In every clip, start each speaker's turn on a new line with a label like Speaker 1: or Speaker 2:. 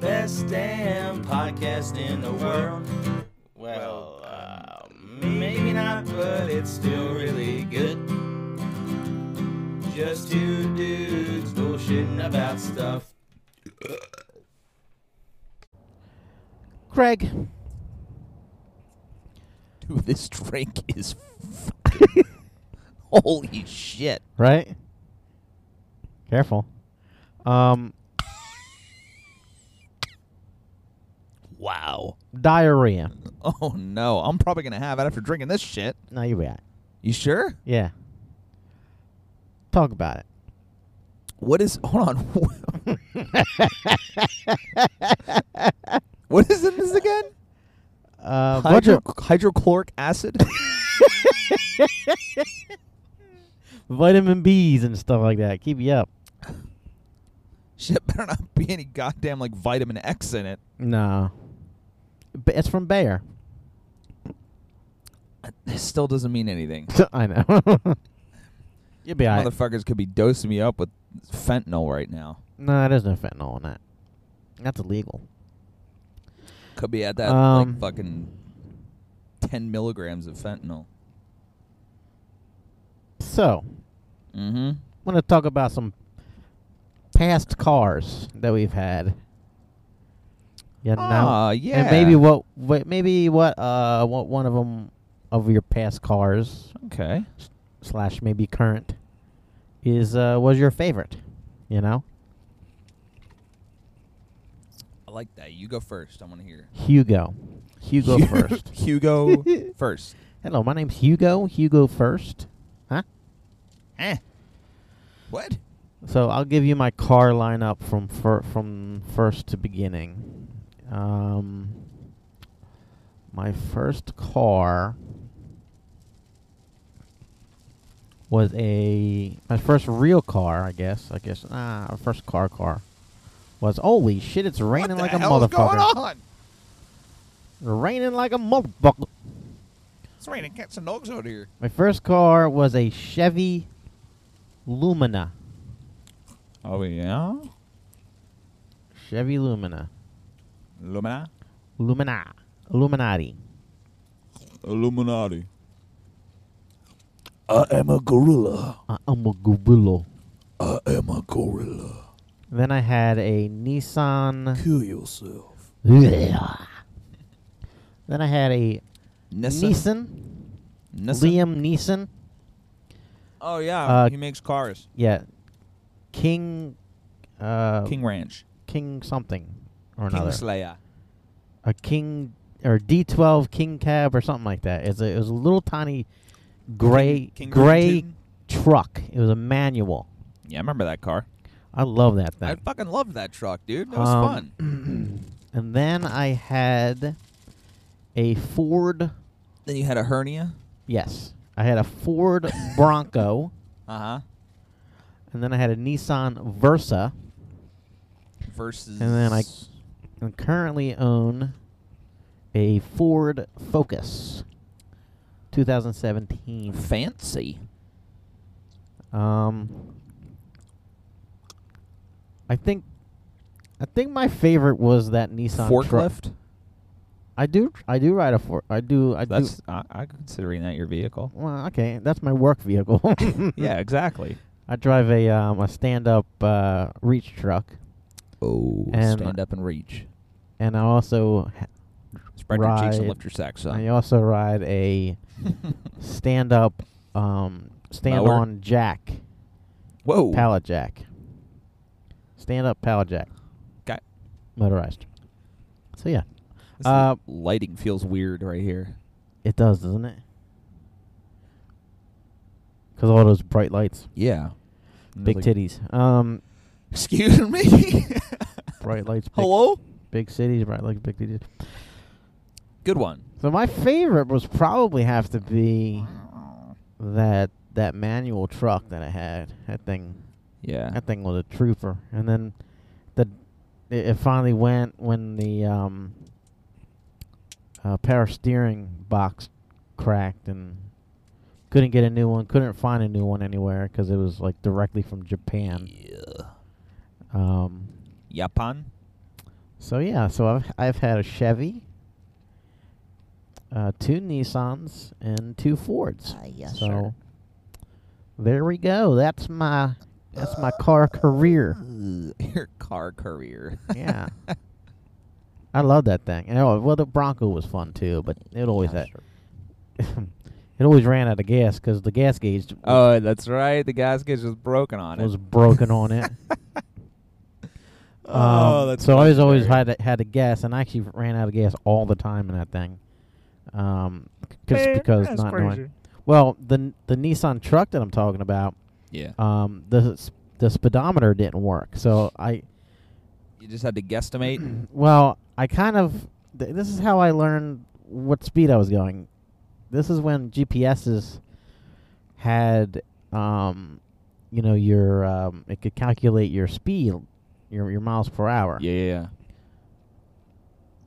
Speaker 1: best damn podcast in the world. Well, uh, maybe not, but it's still really good. Just two dudes bullshitting about stuff.
Speaker 2: Craig,
Speaker 3: Dude, this drink is fucking- holy shit.
Speaker 2: right? Careful. Um,
Speaker 3: Wow.
Speaker 2: diarrhea.
Speaker 3: Oh no, I'm probably gonna have it after drinking this shit.
Speaker 2: No, you got. it.
Speaker 3: You sure?
Speaker 2: Yeah. Talk about it.
Speaker 3: What is? Hold on. what is in this again?
Speaker 2: Uh, what's
Speaker 3: Hydro-
Speaker 2: your
Speaker 3: hydrochloric acid.
Speaker 2: vitamin B's and stuff like that? Keep you up.
Speaker 3: shit, better not be any goddamn like vitamin X in it.
Speaker 2: No. B- It's from Bayer.
Speaker 3: This still doesn't mean anything.
Speaker 2: I know. You'll be alright.
Speaker 3: Motherfuckers could be dosing me up with fentanyl right now.
Speaker 2: No, there's no fentanyl in that. That's illegal.
Speaker 3: Could be at that
Speaker 2: Um,
Speaker 3: like fucking ten milligrams of fentanyl.
Speaker 2: So,
Speaker 3: Mm-hmm.
Speaker 2: I want to talk about some past cars that we've had. Yeah,
Speaker 3: Ah, yeah.
Speaker 2: And maybe what, what, maybe what, uh, what one of them of your past cars
Speaker 3: Okay.
Speaker 2: slash maybe current is uh was your favorite, you know?
Speaker 3: I like that. You go first. I want to hear.
Speaker 2: Hugo, Hugo first.
Speaker 3: Hugo first.
Speaker 2: Hello, my name's Hugo. Hugo first, huh?
Speaker 3: Eh. What?
Speaker 2: So I'll give you my car lineup from fir- from first to beginning. Um, my first car was a my first real car, I guess. I guess ah, our first car car was holy shit! It's
Speaker 3: what
Speaker 2: raining
Speaker 3: the
Speaker 2: like a
Speaker 3: hell
Speaker 2: motherfucker.
Speaker 3: is going on?
Speaker 2: Raining like a motherfucker.
Speaker 3: It's raining cats and dogs out here.
Speaker 2: My first car was a Chevy Lumina.
Speaker 3: Oh yeah.
Speaker 2: Chevy Lumina.
Speaker 3: Lumina.
Speaker 2: Lumina. Illuminati.
Speaker 3: Illuminati. I am a gorilla.
Speaker 2: I am a gorilla.
Speaker 3: I am a gorilla.
Speaker 2: Then I had a Nissan.
Speaker 3: Kill yourself.
Speaker 2: then I had a Nissan. Liam Neeson.
Speaker 3: Oh yeah,
Speaker 2: Uh,
Speaker 3: he makes cars.
Speaker 2: Yeah. King. Uh,
Speaker 3: King Ranch.
Speaker 2: King something or another.
Speaker 3: Kingslayer.
Speaker 2: a King or D12 King Cab or something like that. It's a, it was a little tiny gray
Speaker 3: King- King
Speaker 2: gray
Speaker 3: Rintin?
Speaker 2: truck. It was a manual.
Speaker 3: Yeah, I remember that car.
Speaker 2: I love that thing.
Speaker 3: I fucking loved that truck, dude. That was
Speaker 2: Um,
Speaker 3: fun.
Speaker 2: and then I had a Ford.
Speaker 3: Then you had a hernia.
Speaker 2: Yes, I had a Ford Bronco,
Speaker 3: Uh huh.
Speaker 2: and then I had a Nissan Versa,
Speaker 3: Versus.
Speaker 2: and then I and currently own a Ford Focus, 2017.
Speaker 3: fancy.
Speaker 2: Um, I think, I think my favorite was that Nissan truck.
Speaker 3: Forklift.
Speaker 2: I do, I do ride a for. I do, I do.
Speaker 3: That's I, I'm considering that your vehicle.
Speaker 2: Well, okay, that's my work vehicle.
Speaker 3: yeah, exactly.
Speaker 2: I drive a um, a stand up uh, reach truck,
Speaker 3: Oh,
Speaker 2: And-
Speaker 3: stand up and reach.
Speaker 2: and I also ha-
Speaker 3: Spread your cheeks and
Speaker 2: Right.
Speaker 3: lift your sacks up.
Speaker 2: I also ride a stand up um, stand
Speaker 3: Mower?
Speaker 2: on jack
Speaker 3: Whoa.
Speaker 2: pallet jack, stand up pallet jack
Speaker 3: Got,
Speaker 2: motorized. So yeah,
Speaker 3: this
Speaker 2: Uh,
Speaker 3: lighting feels weird right here.
Speaker 2: it does, doesn't it? Because all those bright lights,
Speaker 3: Yeah. And
Speaker 2: big
Speaker 3: it's like,
Speaker 2: titties, um,
Speaker 3: Excuse me.
Speaker 2: bright lights, big,
Speaker 3: Hello.
Speaker 2: big cities, bright lights, big titties.
Speaker 3: Good one.
Speaker 2: So my favorite was probably have to be that that manual truck that I had. That thing,
Speaker 3: Yeah.
Speaker 2: that thing was a trooper. And then the it, it finally went when the um, uh, power steering box cracked and couldn't get a new one. Couldn't find a new one anywhere because it was like directly from Japan.
Speaker 3: Yeah.
Speaker 2: Um,
Speaker 3: Japan.
Speaker 2: So yeah, so I've I've had a Chevy, uh, two Nissans, and two Fords.
Speaker 4: Ah, yes,
Speaker 2: so
Speaker 4: sir.
Speaker 2: there we go. That's my that's my
Speaker 4: Uh,
Speaker 2: car career.
Speaker 3: Ugh, Your car career.
Speaker 2: Yeah. I love that thing. And oh, well, the Bronco was fun too, but it always
Speaker 4: Yes,
Speaker 2: had it always ran out of gas because the gas gauge was,
Speaker 3: oh, that's right. The gas gauge was broken on it.
Speaker 2: was broken on it.
Speaker 3: oh,
Speaker 5: Oh,
Speaker 2: Um,
Speaker 3: that's
Speaker 2: so I was always
Speaker 3: legendary.
Speaker 2: had to, had to gas, and I actually ran out of gas all the time in that thing, um, c- just
Speaker 5: Man,
Speaker 2: because
Speaker 5: that's
Speaker 2: not
Speaker 5: crazy.
Speaker 2: knowing. Well, the the Nissan truck that I'm talking about,
Speaker 3: Yeah.
Speaker 2: um, the s- the speedometer didn't work, so I
Speaker 3: you just had to guesstimate.
Speaker 2: well I kind of th- this is how I learned what speed I was going. This is when GPSs had um, you know your um, it could calculate your speed, your your miles per hour.
Speaker 3: yeah, yeah, yeah.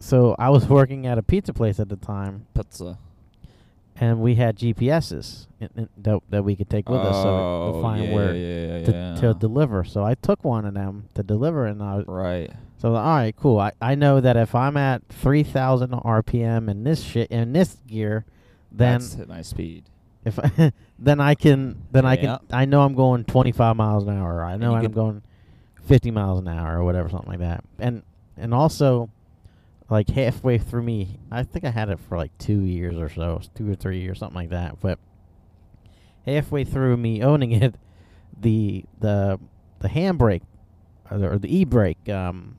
Speaker 2: so I was working at a pizza place at the time,
Speaker 3: Pizza.
Speaker 2: and we had GPSs in, in, that, that we could take with us so to
Speaker 3: Oh,
Speaker 2: find
Speaker 3: yeah,
Speaker 2: where
Speaker 3: yeah, yeah,
Speaker 2: to,
Speaker 3: yeah.
Speaker 2: to deliver. So I took one of them to deliver, and I was,
Speaker 3: Right.
Speaker 2: so I was like, all right, cool. I, I know that if I'm at three thousand RPM in this shit in this gear, then
Speaker 3: that's at my speed.
Speaker 2: if I, then I can then I can
Speaker 3: Yeah.
Speaker 2: I know I'm going 25 miles an hour. I know
Speaker 3: you
Speaker 2: I'm
Speaker 3: could-
Speaker 2: going 50 miles an hour or whatever, something like that. And and also, like halfway through me, I think I had it for like two years or so, s- two or three years, something like that. But halfway through me owning it, the the the handbrake or the, or the e brake, um,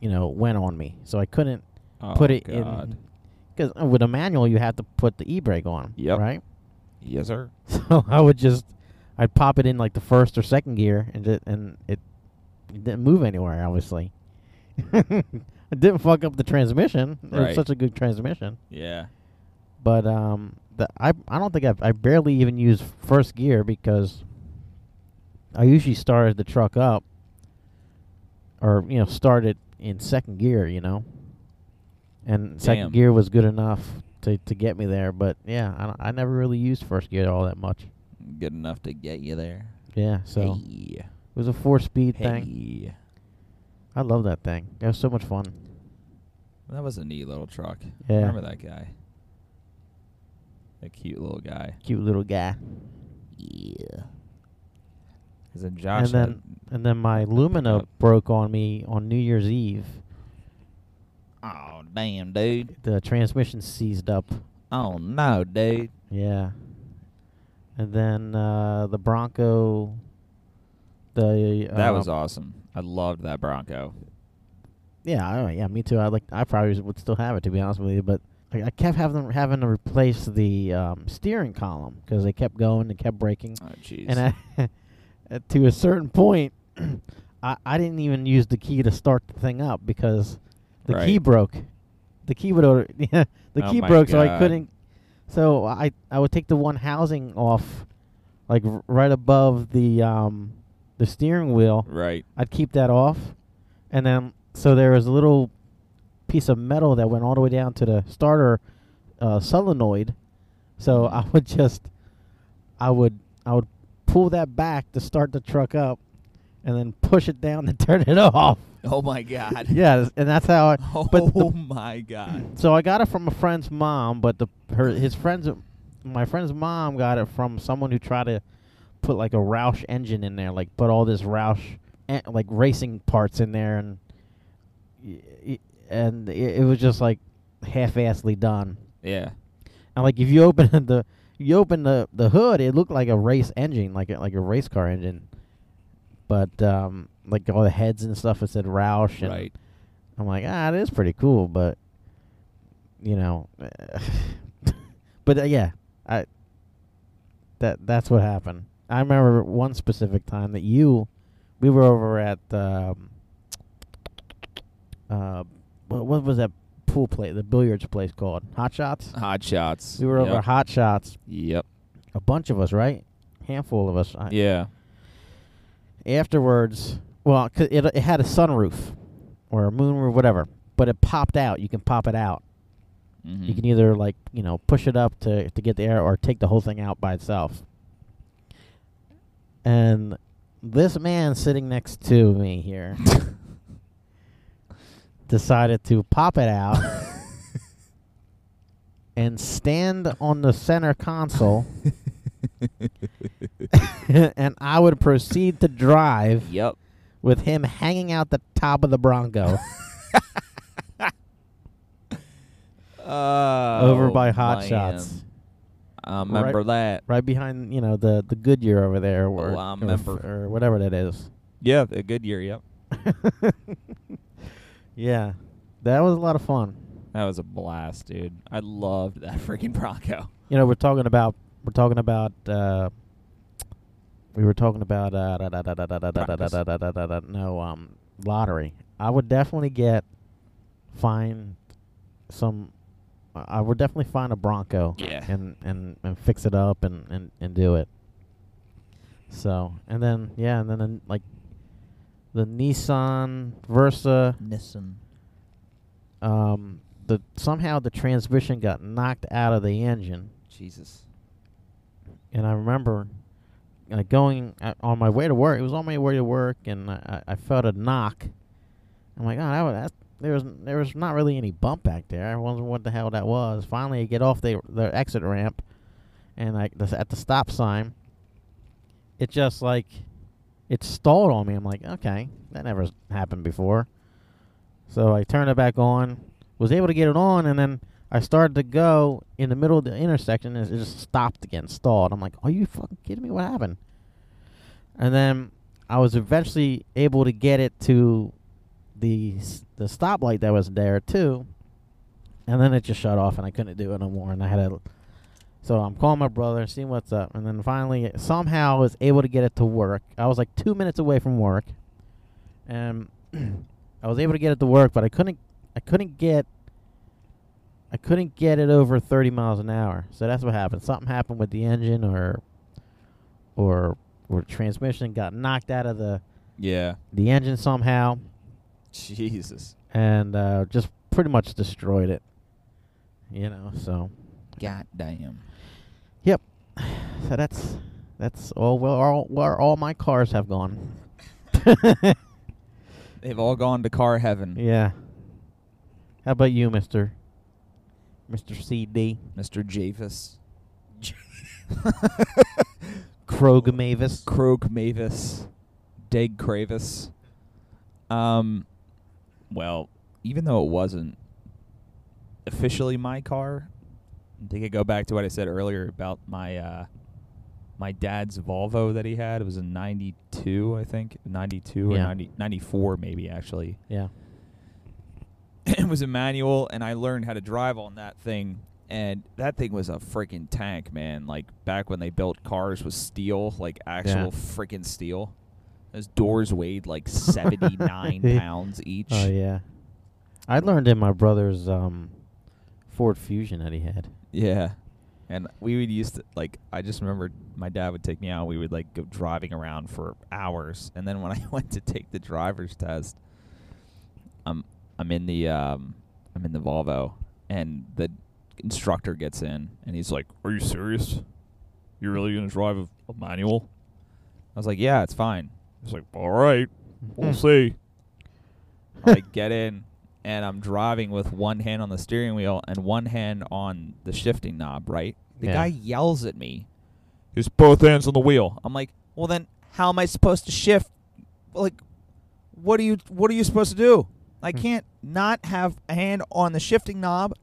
Speaker 2: you know, went on me, so I couldn't
Speaker 3: Oh,
Speaker 2: put it
Speaker 3: God.
Speaker 2: in. Because with a manual, you have to put the e brake on,
Speaker 3: Yep.
Speaker 2: right?
Speaker 3: Yes, sir.
Speaker 2: So I would just, I'd pop it in like the first or second gear, and it, and it, it didn't move anywhere. Obviously, it didn't fuck up the transmission. It
Speaker 3: Right.
Speaker 2: was such a good transmission.
Speaker 3: Yeah.
Speaker 2: But um, the, I I don't think I've I barely even used first gear because I usually started the truck up, or you know started in second gear. You know, and
Speaker 3: Damn.
Speaker 2: second gear was good enough. To, to get me there, but yeah, I, don't- I never really used first gear all that much.
Speaker 3: Good enough to get you there.
Speaker 2: Yeah, so
Speaker 3: Hey.
Speaker 2: it was a four speed thing.
Speaker 3: Hey.
Speaker 2: I love that thing. It was so much fun.
Speaker 3: That was a neat little truck.
Speaker 2: Yeah.
Speaker 3: Remember that guy? A cute little guy.
Speaker 2: Cute little guy.
Speaker 4: Yeah.
Speaker 3: Is it Josh?
Speaker 2: and then and then my Lumina
Speaker 3: up.
Speaker 2: broke on me on New Year's Eve.
Speaker 3: oh damn, dude.
Speaker 2: The transmission seized up.
Speaker 3: Oh no, dude.
Speaker 2: Yeah. And then uh, the Bronco the
Speaker 3: That was
Speaker 2: um,
Speaker 3: awesome. I loved that Bronco.
Speaker 2: Yeah, I, yeah, me too. I like I probably would still have it to be honest with you, but I, I kept having having to replace the um, steering column because they kept going and kept breaking.
Speaker 3: Oh jeez.
Speaker 2: and I, at- to a certain point, I, I didn't even use the key to start the thing up because the key
Speaker 3: Right.
Speaker 2: broke. The key would order, yeah, the
Speaker 3: Oh
Speaker 2: key
Speaker 3: my
Speaker 2: broke, so I
Speaker 3: God.
Speaker 2: couldn't. So I I would take the one housing off, like r- right above the um the steering wheel.
Speaker 3: right.
Speaker 2: I'd keep that off, and then so there was a little piece of metal that went all the way down to the starter uh, solenoid. So
Speaker 3: Mm-hmm.
Speaker 2: I would just, I would, I would pull that back to start the truck up, and then push it down to turn it off.
Speaker 3: Oh my god.
Speaker 2: yeah, and that's how. I,
Speaker 3: Oh
Speaker 2: but the-
Speaker 3: my god.
Speaker 2: so I got it from a friend's mom, but the her his friend's my friend's mom got it from someone who tried to put like a Roush engine in there, like put all this Roush en- like racing parts in there, and y- y- and it, it was just like half-assedly done.
Speaker 3: Yeah.
Speaker 2: And like if you open the you open the the hood, it looked like a race engine, like a, like a race car engine. But um, like all the heads and stuff, it said Roush, and
Speaker 3: Right.
Speaker 2: I'm like, ah, it is pretty cool, but you know, but uh, yeah, I that that's what happened. I remember one specific time that you, we were over at um, uh, what, what was that pool place, the billiards place called Hot Shots.
Speaker 3: Hot shots.
Speaker 2: We were over
Speaker 3: Uh, Yep.
Speaker 2: at Hot Shots,
Speaker 3: Yep.
Speaker 2: a bunch of us, right? Handful of us. I-
Speaker 3: Yeah.
Speaker 2: afterwards, well, 'cause it, it had a sunroof or a moonroof, whatever, but it popped out. You can pop it out. You
Speaker 3: Mhm.
Speaker 2: can either like you know push it up to to get the air, or take the whole thing out by itself. And this man sitting next to me here decided to pop it out and stand on the center console, and I would proceed to drive
Speaker 4: Yep.
Speaker 2: with him hanging out the top of the Bronco over
Speaker 3: Oh,
Speaker 2: by Hot
Speaker 3: man.
Speaker 2: Shots,
Speaker 3: I remember that.
Speaker 2: right behind you know the the Goodyear over there, or,
Speaker 3: Oh, I
Speaker 2: or,
Speaker 3: remember.
Speaker 2: or whatever that is.
Speaker 3: Yeah, a good year. Yep.
Speaker 2: yeah, that was a lot of fun.
Speaker 3: That was a blast, dude. I loved that freaking Bronco.
Speaker 2: You know, we're talking about we're talking about uh, we were talking about uh, da- da- da- da- da- da- da- da- da-
Speaker 3: Practice.
Speaker 2: da- da- da- da- da- no um lottery. I would definitely get find some. I would definitely find a Bronco
Speaker 3: Yeah.
Speaker 2: and and and fix it up and and and do it. So and then yeah and then the, like the Nissan Versa
Speaker 4: Nissan.
Speaker 2: um the somehow the transmission got knocked out of the engine.
Speaker 3: Jesus.
Speaker 2: and I remember uh, going uh, on my way to work. It was on my way to work, and I, I I felt a knock. I'm like, oh, that was, that, there was there was not really any bump back there. I wonder what the hell that was. Finally, I get off the the exit ramp, and I the, at the stop sign. It just like, it stalled on me. I'm like, okay, that never s- happened before. So I turned it back on, was able to get it on, and then I started to go in the middle of the intersection, and it just stopped again, stalled. I'm like, are you fucking kidding me? What happened? And then I was eventually able to get it to the s- the stoplight that was there too, and then it just shut off, and I couldn't do it no more, and I had to. So I'm calling my brother and seeing what's up, and then finally somehow I was able to get it to work. I was like two minutes away from work, and Um, I was able to get it to work, but I couldn't. I couldn't get. I couldn't get it over 30 miles an hour. So that's what happened. Something happened with the engine, or, or, or transmission got knocked out of the
Speaker 3: Yeah.
Speaker 2: the engine somehow,
Speaker 3: Jesus.
Speaker 2: and uh, just pretty much destroyed it. You know. So.
Speaker 3: God damn.
Speaker 2: Yep. So that's that's all. Well, all, where all my cars have gone.
Speaker 3: They've all gone to car heaven.
Speaker 2: Yeah. How about you, Mister? Mister CD
Speaker 3: Mr. Javis.
Speaker 2: Krog Mavis.
Speaker 3: Croak Mavis. Dag Kravis. Um, well, even though it wasn't officially my car, I think I go back to what I said earlier about my uh, my dad's Volvo that he had. It was a 92, I think. 92 or
Speaker 2: Yeah.
Speaker 3: 90, 94 maybe, actually.
Speaker 2: Yeah.
Speaker 3: it was a manual and I learned how to drive on that thing and that thing was a freaking tank, man. Like back when they built cars with steel, like actual freaking steel. Those doors weighed like 79 pounds each.
Speaker 2: Oh yeah. I learned in my brother's um, Ford Fusion that he had.
Speaker 3: Yeah. And we would used to like I just remember my dad would take me out, we would like go driving around for hours. And then when I went to take the driver's test, I'm I'm in the um I'm in the Volvo and the instructor gets in and he's like, Are you serious? You're really gonna drive a, a manual? I was like, Yeah, it's fine. He's like, All right,
Speaker 2: Hmm.
Speaker 3: we'll see. I get in and I'm driving with one hand on the steering wheel and one hand on the shifting knob, right? The
Speaker 2: Yeah.
Speaker 3: guy yells at me. He's both hands on the wheel. I'm like, well then how am I supposed to shift? Like what are you what are you supposed to do? I
Speaker 2: Hmm.
Speaker 3: can't not have a hand on the shifting knob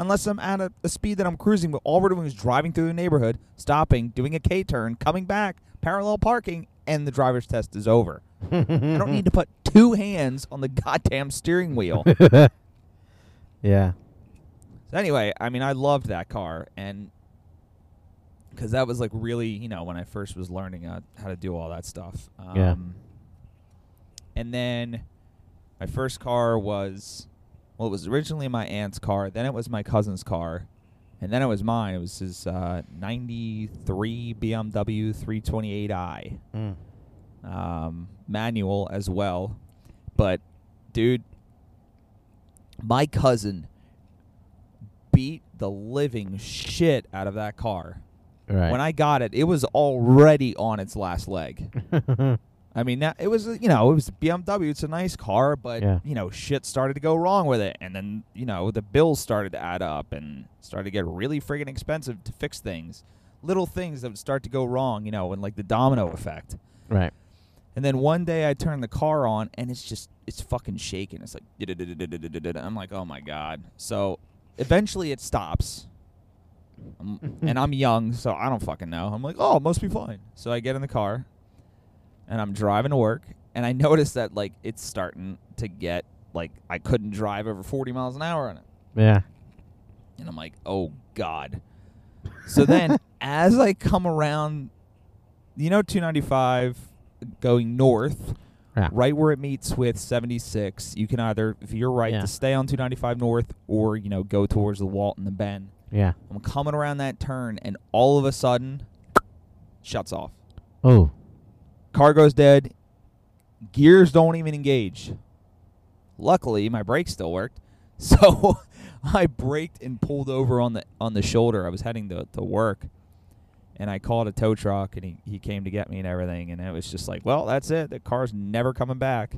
Speaker 3: unless I'm at a, a speed that I'm cruising, but all we're doing is driving through the neighborhood, stopping, doing a K turn, coming back, parallel parking, and the driver's test is over. I
Speaker 2: Mm-hmm.
Speaker 3: don't need to put two hands on the goddamn steering wheel. so
Speaker 2: yeah.
Speaker 3: anyway, I mean, I loved that car, and because that was like really, you know, when I first was learning uh, how to do all that stuff. Um,
Speaker 2: Yeah.
Speaker 3: And then my first car was, well, it was originally my aunt's car, then it was my cousin's car, and then it was mine. It was his uh, '93 BMW 328i.
Speaker 2: Mm.
Speaker 3: um, manual as well. But, dude, my cousin beat the living shit out of that car.
Speaker 2: Right.
Speaker 3: When I got it, it was already on its last leg. I mean, that, it was uh, you know it was a BMW. It's a nice car, but
Speaker 2: Yeah.
Speaker 3: you know shit started to go wrong with it, and then you know the bills started to add up and started to get really friggin' expensive to fix things. Little things that would start to go wrong, you know, and like the domino effect.
Speaker 2: Right.
Speaker 3: And then one day I turn the car on and it's just it's fucking shaking. It's like "Da-da-da-da-da-da-da-da-da." I'm like, "Oh my god." So eventually it stops. Um, and I'm young, so I don't fucking know. I'm like, "Oh, it must be fine." So I get in the car and I'm driving to work and I notice that like it's starting to get like I couldn't drive over 40 miles an hour on it.
Speaker 2: Yeah.
Speaker 3: And I'm like, "Oh god." So then, as I come around, you know, 295 going north,
Speaker 2: Yeah.
Speaker 3: right where it meets with 76, you can either, if you're right,
Speaker 2: Yeah.
Speaker 3: to stay on 295 north or, you know, go towards the Walton, the bend.
Speaker 2: Yeah.
Speaker 3: I'm coming around that turn, and all of a sudden, shuts off.
Speaker 2: Oh.
Speaker 3: Car goes dead. Gears don't even engage. Luckily, my brakes still worked, so I braked and pulled over on the on the shoulder. I was heading to, to work, and I called a tow truck, and he, he came to get me and everything. And it was just like, well, that's it. The car's never coming back.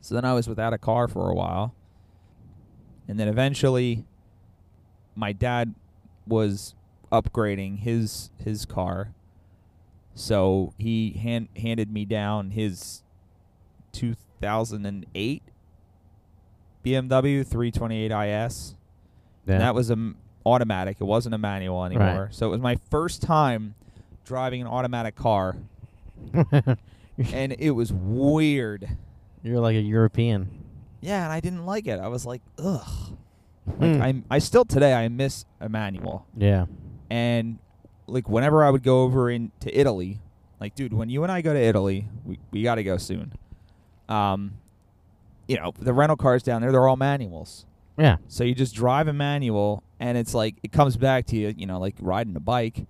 Speaker 3: So then I was without a car for a while, and then eventually, my dad was upgrading his his car. So he hand, handed me down his 2008 BMW 328IS.
Speaker 2: Yeah.
Speaker 3: And that was an automatic. It wasn't a manual
Speaker 2: Right.
Speaker 3: anymore. So it was my first time driving an automatic car, and it was weird.
Speaker 2: You're like a European.
Speaker 3: Yeah, and I didn't like it. I was like, ugh.
Speaker 2: Hmm.
Speaker 3: Like I, I still today I miss a manual.
Speaker 2: Mm. Yeah.
Speaker 3: and like whenever I would go over into Italy, like dude, when you and I go to Italy, we, we got to go soon. Um, you know the rental cars down there, they're all manuals,
Speaker 2: Yeah.
Speaker 3: so you just drive a manual, and it's like it comes back to you, you know, like riding a bike,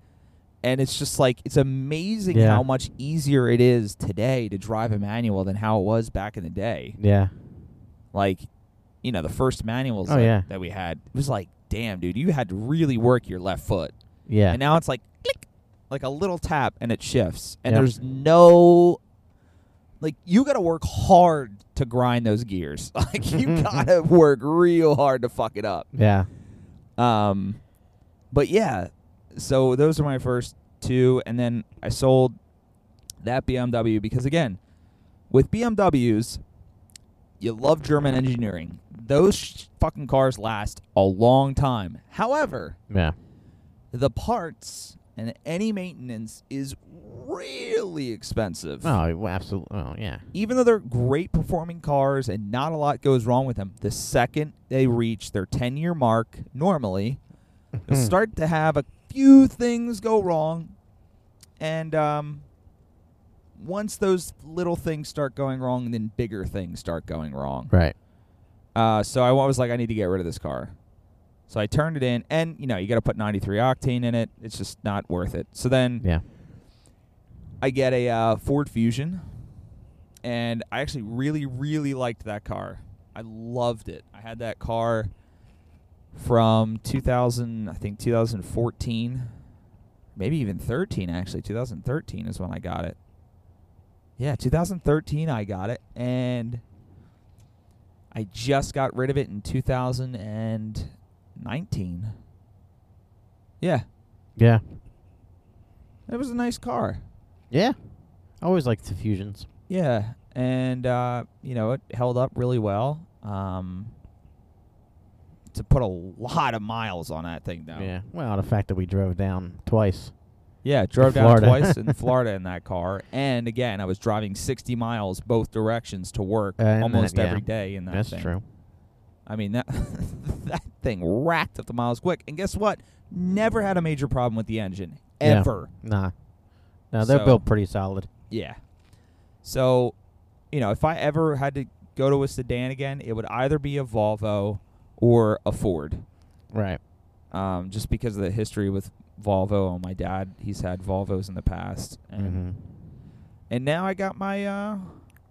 Speaker 3: and it's just like it's amazing
Speaker 2: Yeah.
Speaker 3: how much easier it is today to drive a manual than how it was back in the day.
Speaker 2: Yeah.
Speaker 3: Like, you know, the first manuals
Speaker 2: Oh,
Speaker 3: that,
Speaker 2: yeah.
Speaker 3: that we had, it was like, damn, dude, you had to really work your left foot.
Speaker 2: Yeah.
Speaker 3: And now it's like click, like a little tap, and it shifts. And
Speaker 2: Yep.
Speaker 3: there's no, like you got to work hard to grind those gears. Like you got to work real hard to fuck it up.
Speaker 2: yeah.
Speaker 3: Um, but yeah, so those are my first two, and then I sold that BMW because again, with BMWs, you love German engineering. Those sh- fucking cars last a long time. However,
Speaker 2: Yeah.
Speaker 3: the parts and any maintenance is really expensive.
Speaker 2: Oh, absolutely. Oh, yeah.
Speaker 3: Even though they're great performing cars and not a lot goes wrong with them, the second they reach their 10 year mark, normally,
Speaker 2: Hmm.
Speaker 3: they start to have a few things go wrong. And um, once those little things start going wrong, then bigger things start going wrong.
Speaker 2: Right.
Speaker 3: Uh, so I was like, I need to get rid of this car. So I turned it in, and you know, you got to put 93 octane in it. It's just not worth it. So then
Speaker 2: Yeah.
Speaker 3: I get a uh, Ford Fusion, and I actually really, really liked that car. I loved it. I had that car from 2000, I think 2014, maybe even 13. Actually, 2013 is when I got it. Yeah, 2013 I got it, and I just got rid of it in 2019. Yeah,
Speaker 2: Yeah.
Speaker 3: it was a nice car.
Speaker 2: Yeah. I always liked the fusions.
Speaker 3: Yeah, and uh, you know it held up really well. Um, to put a lot of miles on that thing though.
Speaker 2: Yeah. Well, the fact that we drove down twice.
Speaker 3: Yeah, drove down
Speaker 2: Florida.
Speaker 3: twice in Florida in that car, and again I was driving 60 miles both directions to work
Speaker 2: Uh, and
Speaker 3: almost
Speaker 2: that- yeah.
Speaker 3: every day in that.
Speaker 2: That's
Speaker 3: thing.
Speaker 2: true.
Speaker 3: I mean that that thing racked up the miles quick, and guess what? Never had a major problem with the engine
Speaker 2: Yeah.
Speaker 3: ever.
Speaker 2: Nah. No, they're
Speaker 3: So-
Speaker 2: built pretty solid.
Speaker 3: Yeah. So, you know, if I ever had to go to a sedan again, it would either be a Volvo or a Ford.
Speaker 2: Right.
Speaker 3: Um, just because of the history with Volvo and my dad, he's had Volvos in the past. And,
Speaker 2: Mm-hmm.
Speaker 3: and now I got my uh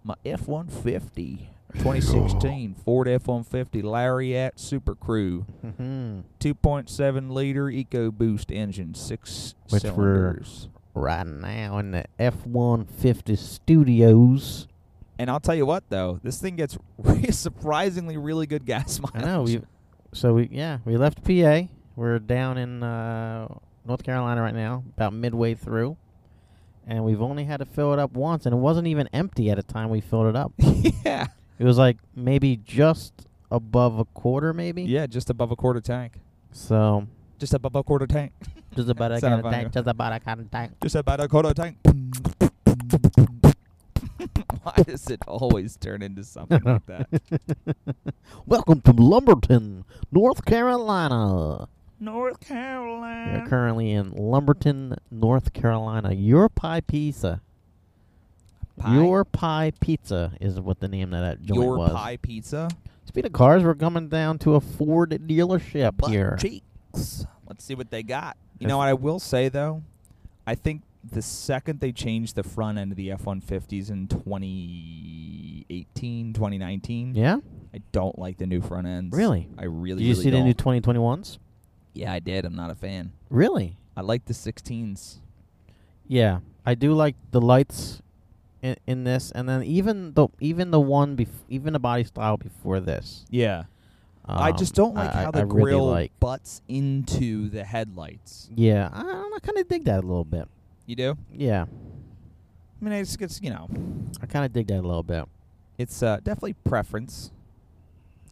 Speaker 3: my F-150 2016 Ford F-150 Lariat Super Crew
Speaker 2: Mm-hmm.
Speaker 3: 2.7 liter EcoBoost engine, 6
Speaker 2: Which were
Speaker 3: cylinders.
Speaker 2: right now in the F one fifty studios.
Speaker 3: And I'll tell you what, though, this thing gets surprisingly really good gas mileage.
Speaker 2: I know we, so we yeah we left PA. We're down in uh, North Carolina right now, about midway through, and we've only had to fill it up once, and it wasn't even empty at the time we filled it up.
Speaker 3: yeah,
Speaker 2: it was like maybe just above a quarter, maybe.
Speaker 3: yeah, just above a quarter tank,
Speaker 2: So
Speaker 3: just above a quarter tank,
Speaker 2: just about a
Speaker 3: Son
Speaker 2: kind
Speaker 3: of
Speaker 2: of
Speaker 3: a-
Speaker 2: tank, just about a kind of tank.
Speaker 3: just about a quarter tank. Why does it always turn into something like that?
Speaker 2: Welcome to Lumberton, North Carolina.
Speaker 3: North
Speaker 2: We are
Speaker 3: Carolina.
Speaker 2: currently in Lumberton, North Carolina. Your Pie Pizza.
Speaker 3: Pie?
Speaker 2: Your Pie Pizza is what the name of that joint
Speaker 3: Your
Speaker 2: was.
Speaker 3: pie pizza.
Speaker 2: Speaking of cars, we're coming down to a Ford dealership
Speaker 3: butt
Speaker 2: here.
Speaker 3: cheeks. Let's see what they got. You
Speaker 2: If-
Speaker 3: know what I will say though, I think the second they changed the front end of the F-150s in 2018, 2019,
Speaker 2: Yeah?
Speaker 3: I don't like the new front ends.
Speaker 2: Really?
Speaker 3: I really.
Speaker 2: Did you
Speaker 3: really
Speaker 2: see the new
Speaker 3: don't.
Speaker 2: 2021s?
Speaker 3: yeah, I did. I'm not a fan.
Speaker 2: Really?
Speaker 3: I like the 16s.
Speaker 2: Yeah, I do like the lights in, in this, and then even the even the one bef- even the body style before this.
Speaker 3: Yeah, I just
Speaker 2: Um,
Speaker 3: don't like
Speaker 2: I-
Speaker 3: how
Speaker 2: I-
Speaker 3: the
Speaker 2: I
Speaker 3: grill
Speaker 2: really like.
Speaker 3: butts into the headlights.
Speaker 2: Yeah, I, I kind of dig that a little bit.
Speaker 3: You do?
Speaker 2: Yeah,
Speaker 3: I mean, it's, it's you know,
Speaker 2: I kind of dig that a little bit.
Speaker 3: it's uh, definitely preference.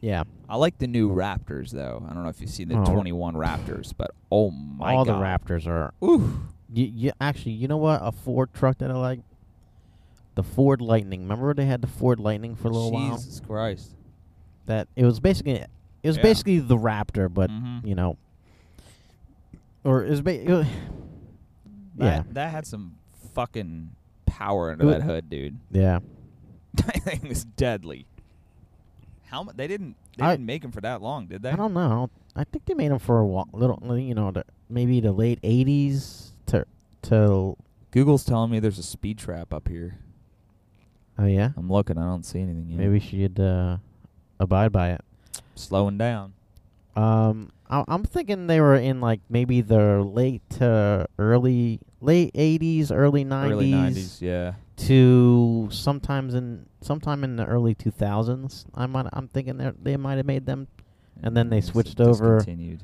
Speaker 2: Yeah,
Speaker 3: I like the new Raptors though. I don't know if you've seen the
Speaker 2: Oh.
Speaker 3: 21 Raptors, but oh my
Speaker 2: all
Speaker 3: god.
Speaker 2: the Raptors are.
Speaker 3: Ooh.
Speaker 2: You, you actually, you know what? A Ford truck that I like, the Ford Lightning. Remember they had the Ford Lightning for a little while.
Speaker 3: Jesus Christ.
Speaker 2: That it was basically it was
Speaker 3: Yeah.
Speaker 2: basically the Raptor, but
Speaker 3: Mhm.
Speaker 2: you know, or is ba-
Speaker 3: That,
Speaker 2: yeah
Speaker 3: that had some fucking power under
Speaker 2: It wa-
Speaker 3: that hood, dude.
Speaker 2: yeah.
Speaker 3: that thing was deadly. How mu- they didn't they
Speaker 2: I-
Speaker 3: didn't make him for that long, did they?
Speaker 2: I don't know. I think they made them for a while, little, you know, the, maybe the late '80s to to. Oh
Speaker 3: Google's telling me there's a speed trap up here.
Speaker 2: yeah,
Speaker 3: I'm looking, I don't see anything yet.
Speaker 2: maybe we should uh, abide by it.
Speaker 3: slowing down.
Speaker 2: Um, I, I'm thinking they were in like maybe the late to early late '80s, early '90s,
Speaker 3: Early 90s, yeah.
Speaker 2: to sometimes in sometime in the early 2000s. I might I'm thinking they they might have made them And then they
Speaker 3: It's
Speaker 2: switched over
Speaker 3: discontinued.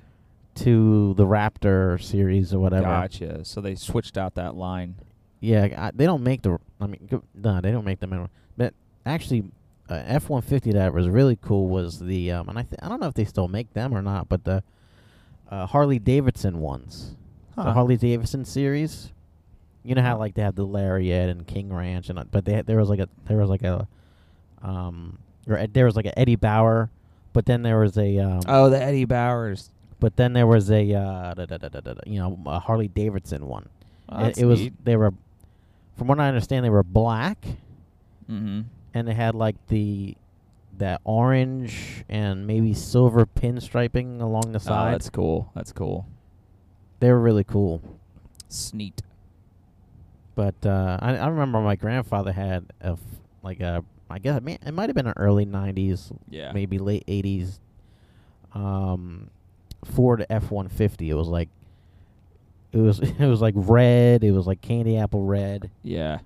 Speaker 2: to the Raptor series or whatever.
Speaker 3: Gotcha. So they switched out that line.
Speaker 2: Yeah, I, they don't make the. I mean, go- no, they don't make them anymore. But actually, uh, F one fifty that was really cool was the um, and I th- I don't know if they still make them or not, but the uh, Harley Davidson ones, the
Speaker 3: Huh.
Speaker 2: Harley Davidson series. You know how like they had the Lariat and King Ranch and uh, but they, there was like a there was like a um or uh, there was like a Eddie Bauer, but then there was a um,
Speaker 3: Oh, the Eddie Bowers.
Speaker 2: but then there was a uh, da, da, da, da, da, da, you know a Harley Davidson one.
Speaker 3: Oh,
Speaker 2: it,
Speaker 3: that's
Speaker 2: it was
Speaker 3: neat.
Speaker 2: they were, from what I understand, they were black
Speaker 3: Mm-hmm.
Speaker 2: and they had like the that orange and maybe silver pinstriping along
Speaker 3: Oh,
Speaker 2: the sides.
Speaker 3: that's cool. That's cool.
Speaker 2: they were really cool.
Speaker 3: Sneet.
Speaker 2: But uh, I, I remember my grandfather had a f- like a I guess it, may, it might have been an early '90s,
Speaker 3: Yeah.
Speaker 2: maybe late '80s, um, Ford F-150. It was like it was it was like red. It was like candy apple red.
Speaker 3: Yeah.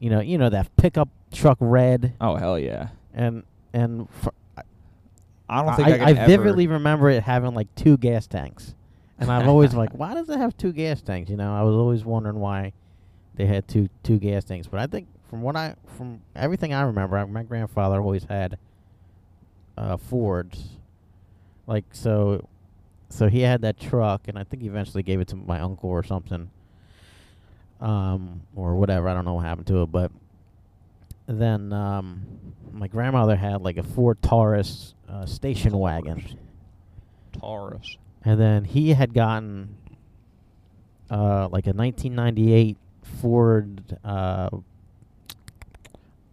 Speaker 2: You know, you know that pickup truck red.
Speaker 3: Oh hell yeah.
Speaker 2: and and fr-
Speaker 3: I don't
Speaker 2: I,
Speaker 3: think I,
Speaker 2: I,
Speaker 3: could ever-
Speaker 2: vividly remember it having like two gas tanks, and I've always like, why does it have two gas tanks? You know, I was always wondering why they had two two gas tanks. But I think from what I from everything I remember, I, my grandfather always had uh, Fords, like so, so he had that truck, and I think he eventually gave it to my uncle or something, um, or whatever. I don't know what happened to it, but then um, my grandmother had like a Ford Taurus uh, station wagon,
Speaker 3: Taurus.
Speaker 2: and then he had gotten uh, like a 1998 Ford, uh,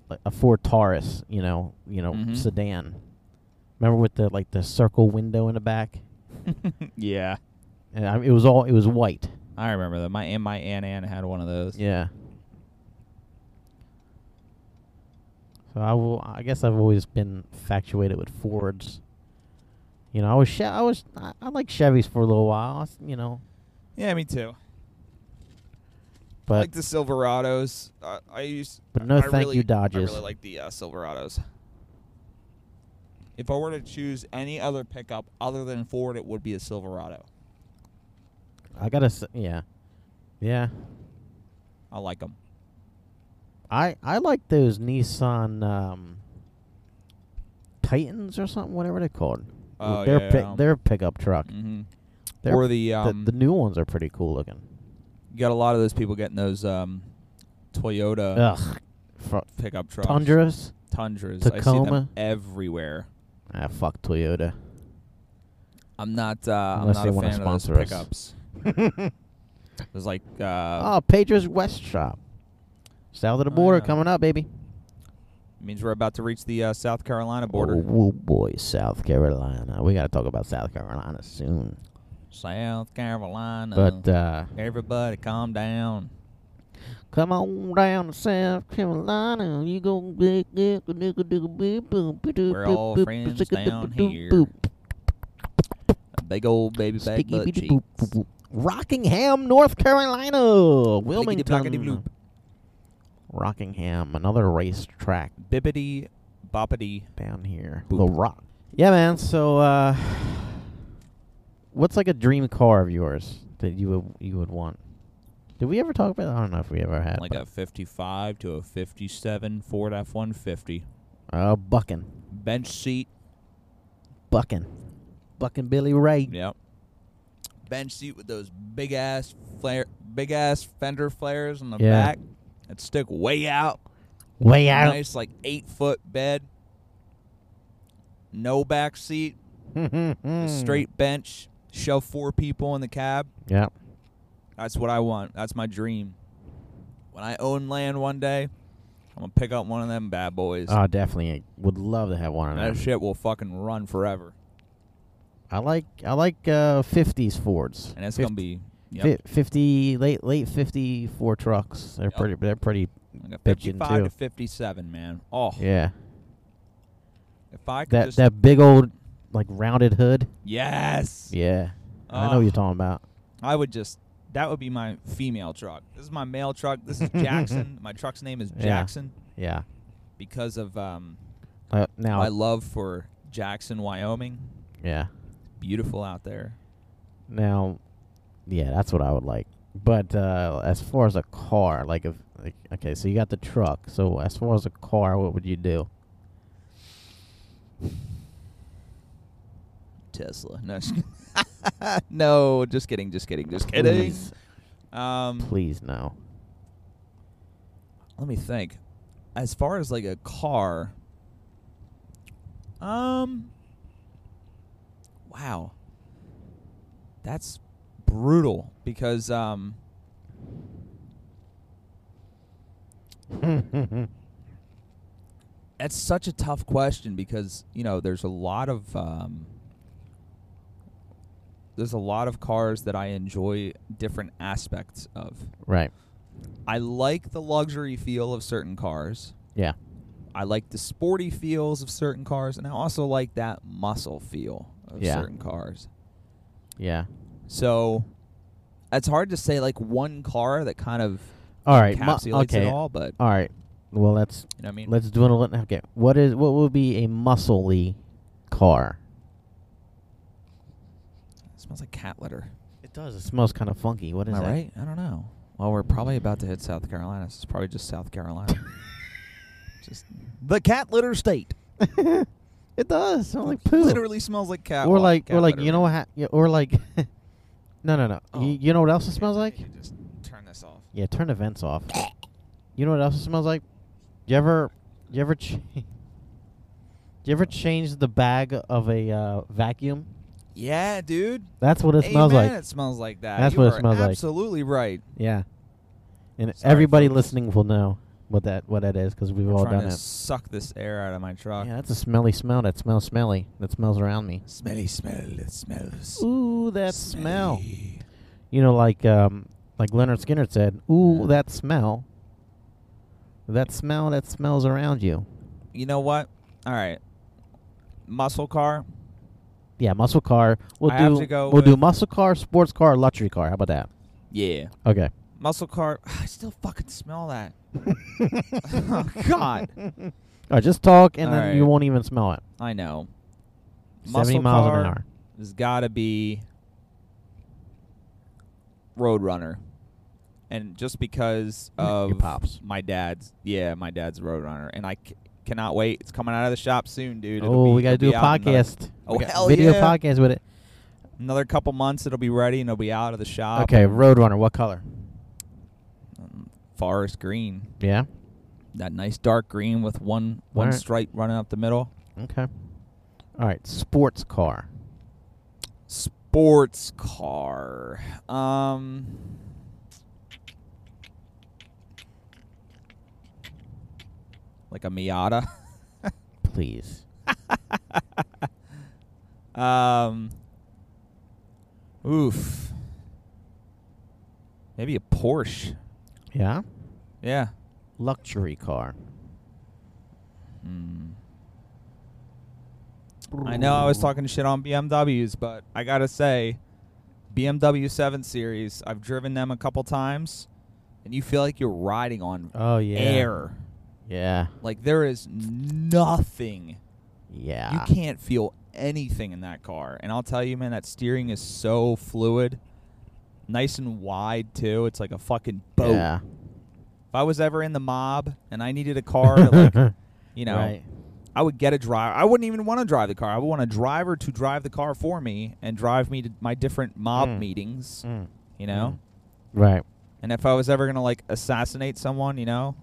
Speaker 2: like a Ford Taurus, you know, you know,
Speaker 3: Mhm.
Speaker 2: sedan. Remember with the like the circle window in the back,
Speaker 3: yeah.
Speaker 2: and I, it was all it was white.
Speaker 3: I remember that. My and my aunt Ann had one of those.
Speaker 2: Yeah. So I will. I guess I've always been infatuated with Fords. You know, I was. Che- I was. I, I like Chevys for a little while. I s- You know,
Speaker 3: Yeah, me too.
Speaker 2: But
Speaker 3: like the Silverados. I I used.
Speaker 2: But no
Speaker 3: I
Speaker 2: thank you,
Speaker 3: really, I
Speaker 2: Dodges.
Speaker 3: really like the uh, Silverados. If I were to choose any other pickup other than Ford, it would be a Silverado.
Speaker 2: I gotta say, yeah, yeah.
Speaker 3: I like them.
Speaker 2: I I like those Nissan um, Titans or something, whatever they're called.
Speaker 3: Oh,
Speaker 2: their
Speaker 3: yeah,
Speaker 2: pick-
Speaker 3: um,
Speaker 2: their pickup truck.
Speaker 3: Mm-hmm.
Speaker 2: They're-
Speaker 3: or the, um,
Speaker 2: the the new ones are pretty cool looking.
Speaker 3: You got a lot of those people getting those um, Toyota
Speaker 2: Ugh, Fu
Speaker 3: pickup Uh, trucks.
Speaker 2: Tundras.
Speaker 3: Tundras. I see
Speaker 2: Tacoma.
Speaker 3: them everywhere.
Speaker 2: Ah, fuck Toyota.
Speaker 3: I'm not. Uh,
Speaker 2: Unless they
Speaker 3: I'm not
Speaker 2: wanna
Speaker 3: a fan of those
Speaker 2: sponsor us.
Speaker 3: pickups. Uh, There's like. Uh,
Speaker 2: oh, Pedro's West Shop, south of the
Speaker 3: Oh,
Speaker 2: border,
Speaker 3: yeah.
Speaker 2: coming up, baby.
Speaker 3: means we're about to reach the uh, South Carolina border.
Speaker 2: Oh, woo boy, South Carolina. We gotta talk about South Carolina soon.
Speaker 3: South Carolina.
Speaker 2: But uh,
Speaker 3: everybody, calm down.
Speaker 2: Come on down to South Carolina. You go big, big, big, big, big, big, big,
Speaker 3: We're all
Speaker 2: big,
Speaker 3: friends
Speaker 2: big, big,
Speaker 3: down
Speaker 2: big,
Speaker 3: here.
Speaker 2: big,
Speaker 3: A big old baby back
Speaker 2: sticky,
Speaker 3: butt
Speaker 2: bitty,
Speaker 3: cheeks.
Speaker 2: boop, boop, boop. Rockingham, North Carolina.
Speaker 3: Blickety blockety
Speaker 2: Wilmington.
Speaker 3: bloop.
Speaker 2: Rockingham, another racetrack
Speaker 3: Bibbity boppity.
Speaker 2: down here.
Speaker 3: Boop.
Speaker 2: The Rock. Yeah, man. So, uh, what's like a dream car of yours that you would you would want? Did we ever talk about? I don't know if we ever had.
Speaker 3: Like a 55 to a 57 Ford F-150.
Speaker 2: but- oh, bucking,
Speaker 3: Bench seat.
Speaker 2: bucking, bucking Billy Ray.
Speaker 3: Yep. Bench seat with those big ass flare, big ass fender flares on the
Speaker 2: Yeah.
Speaker 3: back that stick way out.
Speaker 2: Way out.
Speaker 3: Nice like eight foot bed. No back seat.
Speaker 2: Hmm.
Speaker 3: a Straight bench. Shove four people in the cab.
Speaker 2: Yeah.
Speaker 3: That's what I want. That's my dream. When I own land one day, I'm gonna pick up one of them bad boys.
Speaker 2: Oh, definitely. Would love to have one of
Speaker 3: that
Speaker 2: those.
Speaker 3: shit will fucking run forever,
Speaker 2: I like I like uh, 50s Fords.
Speaker 3: and it's
Speaker 2: Fif-
Speaker 3: gonna be yep,
Speaker 2: fi- 50 late late 54 trucks. They're
Speaker 3: Yep.
Speaker 2: pretty they're pretty
Speaker 3: like a
Speaker 2: bitchin'
Speaker 3: 55 to
Speaker 2: too.
Speaker 3: 57, man. Oh,
Speaker 2: yeah.
Speaker 3: if I could
Speaker 2: That
Speaker 3: just
Speaker 2: that big old like rounded hood.
Speaker 3: yes,
Speaker 2: Yeah. I know what
Speaker 3: Ugh.
Speaker 2: you're talking about.
Speaker 3: I would just. That would be my female truck. This is my male truck. This is Jackson. my truck's name is
Speaker 2: Yeah.
Speaker 3: Jackson
Speaker 2: Yeah.
Speaker 3: because of um,
Speaker 2: Uh, now
Speaker 3: my love for Jackson, Wyoming.
Speaker 2: yeah.
Speaker 3: Beautiful out there.
Speaker 2: Now yeah, that's what I would like. But uh, as far as a car, like if like, okay, so you got the truck. So as far as a car, what would you do?
Speaker 3: Tesla. No, just- no, just kidding, just kidding, just kidding.
Speaker 2: Please,
Speaker 3: Um,
Speaker 2: please no.
Speaker 3: let me think. As far as like a car, um, wow, that's brutal because um, that's such a tough question because you know there's a lot of um, there's a lot of cars that I enjoy different aspects of.
Speaker 2: right.
Speaker 3: I like the luxury feel of certain cars.
Speaker 2: Yeah.
Speaker 3: I like the sporty feels of certain cars, and I also like that muscle feel of
Speaker 2: Yeah.
Speaker 3: certain cars.
Speaker 2: Yeah.
Speaker 3: So it's hard to say like one car that kind of
Speaker 2: All right. mu-
Speaker 3: encapsulates
Speaker 2: okay.
Speaker 3: it all, but
Speaker 2: All right. Well, let's
Speaker 3: you know what I mean.
Speaker 2: let's dwindle it. Okay. What is what would be a muscly car?
Speaker 3: It smells like cat litter.
Speaker 2: It does. It smells kind of funky. What is
Speaker 3: Am I
Speaker 2: that?
Speaker 3: right? I don't know. Well, we're probably about to hit South Carolina. So it's probably just South Carolina. just the cat litter state.
Speaker 2: It does. It smells like poo.
Speaker 3: Literally smells like cat.
Speaker 2: Or
Speaker 3: wa-
Speaker 2: like
Speaker 3: cat
Speaker 2: or like
Speaker 3: litter.
Speaker 2: you know how or like no no no.
Speaker 3: Oh.
Speaker 2: You, you know what else it smells like?
Speaker 3: Just turn this off.
Speaker 2: Yeah. Turn the vents off. You know what else it smells like? You ever you ever ch- you ever change the bag of a uh, vacuum?
Speaker 3: Yeah, dude.
Speaker 2: That's what it
Speaker 3: Hey,
Speaker 2: smells
Speaker 3: man,
Speaker 2: like.
Speaker 3: It smells like that.
Speaker 2: That's
Speaker 3: You
Speaker 2: what it
Speaker 3: are
Speaker 2: smells like.
Speaker 3: Absolutely right.
Speaker 2: Yeah. And
Speaker 3: Sorry,
Speaker 2: everybody
Speaker 3: folks.
Speaker 2: listening will know what that what that is because we've all
Speaker 3: trying
Speaker 2: done
Speaker 3: to
Speaker 2: it.
Speaker 3: suck this air out of my truck.
Speaker 2: Yeah, that's a smelly smell. That smells smelly. That smells around me.
Speaker 3: Smelly smell. It smells.
Speaker 2: Ooh, that smell.
Speaker 3: smelly.
Speaker 2: You know, like um, like Leonard Skinner said, "Ooh, that smell." That smell that smells around you.
Speaker 3: You know what? All right. Muscle car.
Speaker 2: Yeah, muscle car. We'll
Speaker 3: I
Speaker 2: do.
Speaker 3: have to go
Speaker 2: we'll do
Speaker 3: with-
Speaker 2: muscle car, sports car, luxury car. How about that?
Speaker 3: Yeah.
Speaker 2: Okay.
Speaker 3: muscle car. I still fucking smell that. Oh, God.
Speaker 2: All right, just talk, and
Speaker 3: All
Speaker 2: then you
Speaker 3: right.
Speaker 2: won't even smell it.
Speaker 3: I know.
Speaker 2: Seventy
Speaker 3: Muscle
Speaker 2: miles
Speaker 3: car
Speaker 2: an hour.
Speaker 3: has got to be Roadrunner, and just because
Speaker 2: Yeah, your
Speaker 3: of
Speaker 2: pops.
Speaker 3: my dad's, yeah, my dad's Roadrunner, and I c- cannot wait. It's coming out of the shop soon, dude. It'll
Speaker 2: Oh,
Speaker 3: be-
Speaker 2: we gotta
Speaker 3: it'll
Speaker 2: do a
Speaker 3: be out in another-
Speaker 2: podcast.
Speaker 3: Oh,
Speaker 2: We got
Speaker 3: hell
Speaker 2: video
Speaker 3: yeah.
Speaker 2: podcast with it.
Speaker 3: Another couple months, it'll be ready and it'll be out of the shop.
Speaker 2: okay, Roadrunner. What color?
Speaker 3: Um, Forest green,
Speaker 2: Yeah.
Speaker 3: that nice dark green with one one
Speaker 2: Alright.
Speaker 3: stripe running up the middle.
Speaker 2: Okay. All right, sports car.
Speaker 3: Sports car. Um. Like a Miata.
Speaker 2: Please.
Speaker 3: um. Oof. Maybe a Porsche.
Speaker 2: Yeah.
Speaker 3: Yeah.
Speaker 2: Luxury car.
Speaker 3: Hmm. I know I was talking shit on BMWs, but I gotta say, BMW 7 Series, I've driven them a couple times, and you feel like you're riding on
Speaker 2: Oh yeah.
Speaker 3: air.
Speaker 2: Yeah.
Speaker 3: Like there is nothing.
Speaker 2: Yeah.
Speaker 3: You can't feel anything in that car. And I'll tell you, man, that steering is so fluid, nice and wide too. It's like a fucking boat.
Speaker 2: Yeah.
Speaker 3: If I was ever in the mob and I needed a car to like, you know,
Speaker 2: Right.
Speaker 3: I would get a driver. I wouldn't even want to drive the car. I would want a driver to drive the car for me and drive me to my different mob
Speaker 2: Mm.
Speaker 3: meetings,
Speaker 2: Mm.
Speaker 3: you know?
Speaker 2: Right.
Speaker 3: And if I was ever going to like assassinate someone, you know,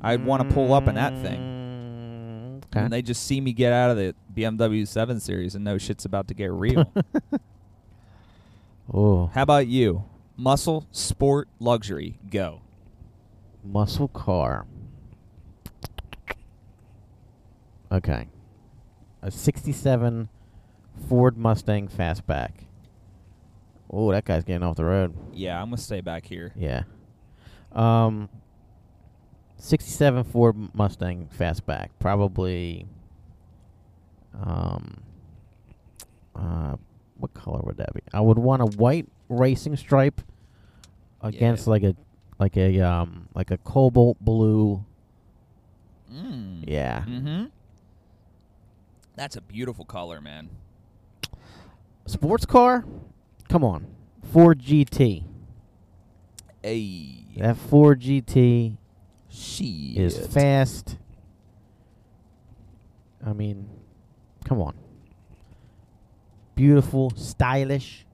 Speaker 3: I'd want to pull up in that
Speaker 2: Mm,
Speaker 3: thing.
Speaker 2: thing.
Speaker 3: And they just see me get out of the BMW 7 Series and know shit's about to get real.
Speaker 2: oh,
Speaker 3: How about you? Muscle, sport, luxury, go.
Speaker 2: muscle car. Okay. A 67 Ford Mustang fastback. Oh, that guy's getting off the road.
Speaker 3: Yeah, I'm going to stay back here.
Speaker 2: Yeah. Um, 67 Ford Mustang fastback, probably. Um, uh, what color would that be? I would want a white racing stripe against like a like a um like a cobalt blue.
Speaker 3: Mm.
Speaker 2: Yeah.
Speaker 3: Mm-hmm. That's a beautiful color, man.
Speaker 2: Sports car? Come on. Ford GT.
Speaker 3: Hey.
Speaker 2: That Ford GT
Speaker 3: She
Speaker 2: is fast. I mean, come on. Beautiful, stylish,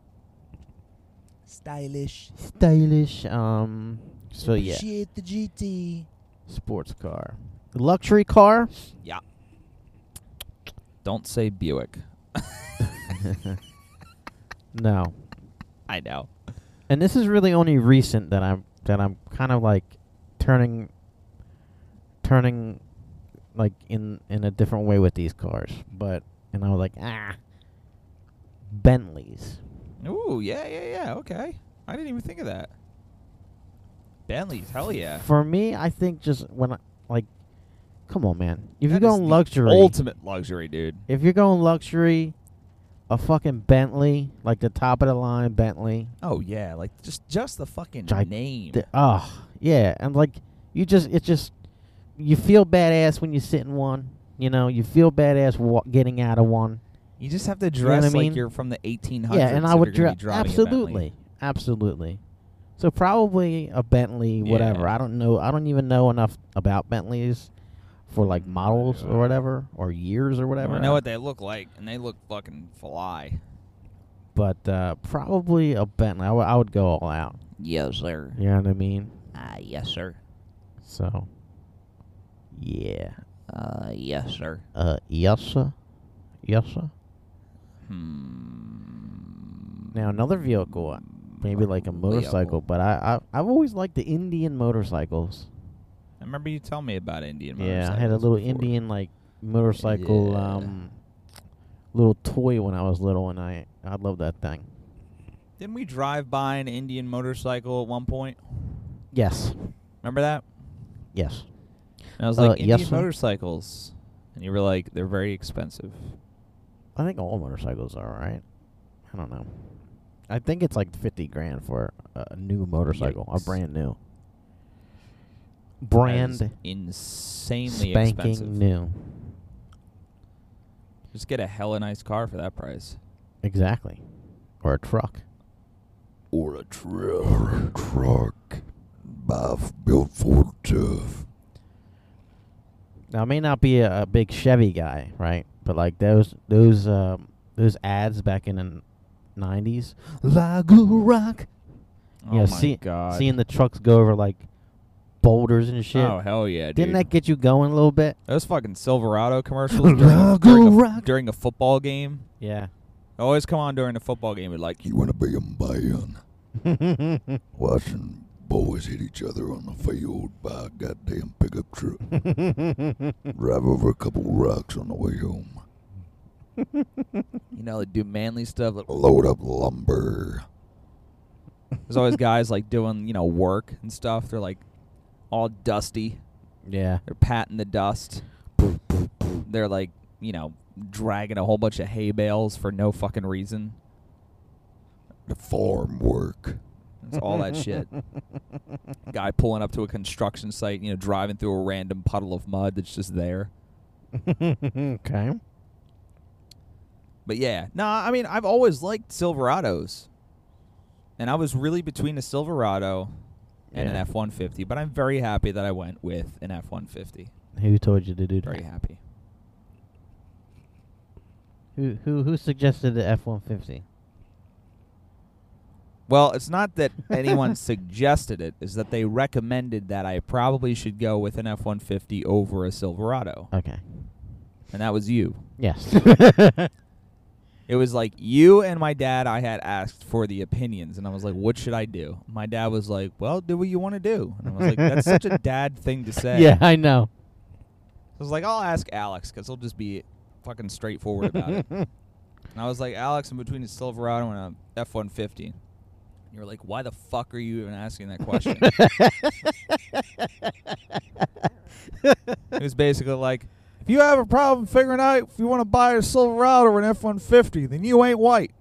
Speaker 4: Stylish.
Speaker 2: stylish. Um, so yeah,
Speaker 4: Appreciate the GT.
Speaker 2: sports car, luxury car.
Speaker 3: Yeah. Don't say Buick.
Speaker 2: No,
Speaker 3: I know.
Speaker 2: and this is really only recent that I'm that I'm kind of like turning, turning, like in in a different way with these cars. But and I was like, ah, Bentleys.
Speaker 3: Ooh, yeah, yeah, yeah. Okay. I didn't even think of that. Bentley's, hell yeah.
Speaker 2: For me, I think just when I, like, come on, man. If
Speaker 3: That is
Speaker 2: you're going
Speaker 3: the
Speaker 2: luxury,
Speaker 3: Ultimate luxury, dude.
Speaker 2: if you're going luxury, a fucking Bentley, like the top of the line Bentley.
Speaker 3: Oh yeah, like just just the fucking
Speaker 2: Gi-
Speaker 3: name.
Speaker 2: The, oh yeah, and like you just it just you feel badass when you sit in one. You know, you feel badass wa- getting out of one.
Speaker 3: you just have to
Speaker 2: know what I
Speaker 3: dress
Speaker 2: mean?
Speaker 3: like you're from the 1800s.
Speaker 2: Yeah, and I
Speaker 3: if
Speaker 2: would
Speaker 3: you're gonna
Speaker 2: dri-
Speaker 3: be driving a Bentley.
Speaker 2: absolutely, absolutely. So probably a Bentley, whatever.
Speaker 3: Yeah.
Speaker 2: I don't know. I don't even know enough about Bentleys for like models or whatever, or years or whatever.
Speaker 3: I know what they look like, and they look fucking fly.
Speaker 2: But uh, probably a Bentley. I w- I would go all out.
Speaker 4: Yes, sir.
Speaker 2: You know what I mean?
Speaker 4: Ah, yes, sir.
Speaker 2: So, yeah.
Speaker 4: Uh, yes, sir.
Speaker 2: Uh, yes, sir. Yes, sir.
Speaker 3: Hmm.
Speaker 2: Now another vehicle, uh, maybe like a motorcycle. But I, I, I've always liked the Indian motorcycles.
Speaker 3: I remember you telling me about Indian
Speaker 2: Yeah, I had a
Speaker 3: motorcycles
Speaker 2: little
Speaker 3: before.
Speaker 2: Indian like motorcycle,
Speaker 3: Yeah.
Speaker 2: um, little toy when I was little, and I I love that thing.
Speaker 3: Didn't we drive by an Indian motorcycle at one point?
Speaker 2: Yes,
Speaker 3: Remember that?
Speaker 2: yes.
Speaker 3: And I was
Speaker 2: Uh,
Speaker 3: like, Indian
Speaker 2: yes, sir.
Speaker 3: motorcycles. And you were like, they're very expensive.
Speaker 2: I think all motorcycles are right. I don't know. I think it's like fifty grand for a a new motorcycle, a
Speaker 3: Yikes.
Speaker 2: brand new,
Speaker 3: That
Speaker 2: brand
Speaker 3: is insanely
Speaker 2: spanking
Speaker 3: expensive.
Speaker 2: new.
Speaker 3: Just get a hella nice car for that price.
Speaker 2: Exactly, or a truck.
Speaker 3: Or a truck. truck. Buff built for tough.
Speaker 2: Now, I may not be a, a big Chevy guy, right? But like those those um, those ads back in the nineties, Lagu Rock.
Speaker 3: Oh
Speaker 2: you
Speaker 3: my
Speaker 2: know, see-
Speaker 3: god.
Speaker 2: seeing the trucks go over like boulders and shit.
Speaker 3: Oh hell yeah, dude.
Speaker 2: Didn't that get you going a little bit?
Speaker 3: Those fucking Silverado commercials during, a-
Speaker 2: Rock,
Speaker 3: during, a,
Speaker 2: rock.
Speaker 3: during a football game.
Speaker 2: Yeah.
Speaker 3: Always come on during a football game with like
Speaker 5: You want to be a man watching boys hit each other on the field by a goddamn pickup truck. Drive over a couple rocks on the way home.
Speaker 3: you know, like do manly stuff. Like,
Speaker 5: Load up lumber.
Speaker 3: there's always guys like doing, you know, work and stuff. They're like all dusty.
Speaker 2: yeah.
Speaker 3: They're patting the dust. They're like, you know, dragging a whole bunch of hay bales for no fucking reason.
Speaker 5: The farm work.
Speaker 3: It's all that shit. Guy pulling up to a construction site, you know, driving through a random puddle of mud that's just there.
Speaker 2: okay.
Speaker 3: But yeah, no, I mean, I've always liked Silverados, and I was really between a Silverado and an
Speaker 2: Yeah.
Speaker 3: F one fifty. But I'm very happy that I went with an F one fifty.
Speaker 2: Who told you to do that?
Speaker 3: Very happy.
Speaker 2: Who who who suggested the F one fifty?
Speaker 3: Well, it's not that anyone suggested it; is that they recommended that I probably should go with an F one fifty over a Silverado,
Speaker 2: Okay.
Speaker 3: and that was you.
Speaker 2: Yes.
Speaker 3: It was like you and my dad. I had asked for the opinions, and I was like, "What should I do?" My dad was like, "Well, do what you want to do," and I was like, "That's such a dad thing to say."
Speaker 2: yeah, I know.
Speaker 3: I was like, I'll ask Alex because he'll just be fucking straightforward about it. And I was like, Alex, I'm between a Silverado and a F 150. And you were like, why the fuck are you even asking that question? it was basically like, if you have a problem figuring out if you want to buy a Silverado or an F 150, then you ain't white.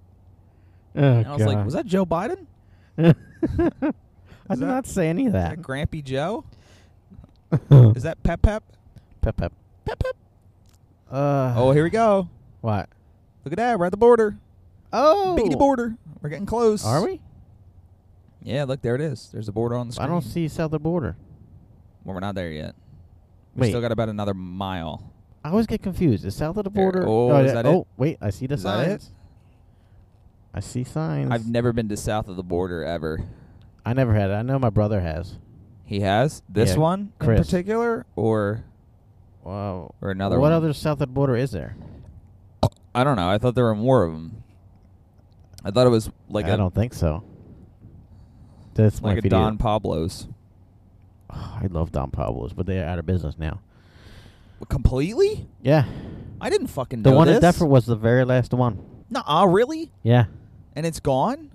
Speaker 2: Oh,
Speaker 3: And I was like, was that Joe Biden?
Speaker 2: I
Speaker 3: is
Speaker 2: did
Speaker 3: that-
Speaker 2: not say any of
Speaker 3: Is
Speaker 2: that.
Speaker 3: that Grampy Joe? Is that Pep Pep?
Speaker 2: pep pep pep pep? Uh.
Speaker 3: Oh, here we go.
Speaker 2: What?
Speaker 3: Look at that. We're at the border.
Speaker 2: Oh.
Speaker 3: Biggity border. We're getting close.
Speaker 2: Are we?
Speaker 3: Yeah, look, there it is. There's a border on the screen.
Speaker 2: I don't see southern border.
Speaker 3: Well, we're not there yet. We
Speaker 2: Wait.
Speaker 3: still got about another mile.
Speaker 2: I always get confused. Is south of the
Speaker 3: There-
Speaker 2: border?
Speaker 3: oh, is
Speaker 2: yeah,
Speaker 3: that it?
Speaker 2: oh wait, I see the
Speaker 3: Is that it?
Speaker 2: signs. I see signs.
Speaker 3: I've never been to south of the border ever.
Speaker 2: I never had it. I know my brother has.
Speaker 3: He has this
Speaker 2: Yeah,
Speaker 3: one
Speaker 2: Chris.
Speaker 3: in particular, or
Speaker 2: Wow.
Speaker 3: or another.
Speaker 2: what
Speaker 3: one?
Speaker 2: other south of the border is there?
Speaker 3: I don't know. I thought there were more of them. I thought it was like
Speaker 2: I
Speaker 3: a
Speaker 2: don't think so. That's
Speaker 3: like
Speaker 2: my
Speaker 3: a
Speaker 2: video.
Speaker 3: Don Pablo's.
Speaker 2: Oh, I love Don Pablo's, but they're out of business now.
Speaker 3: Completely?
Speaker 2: Yeah,
Speaker 3: I didn't fucking
Speaker 2: the
Speaker 3: know
Speaker 2: one
Speaker 3: this.
Speaker 2: in Deptford was the very last one.
Speaker 3: Nuh-uh, really?
Speaker 2: Yeah,
Speaker 3: And it's gone?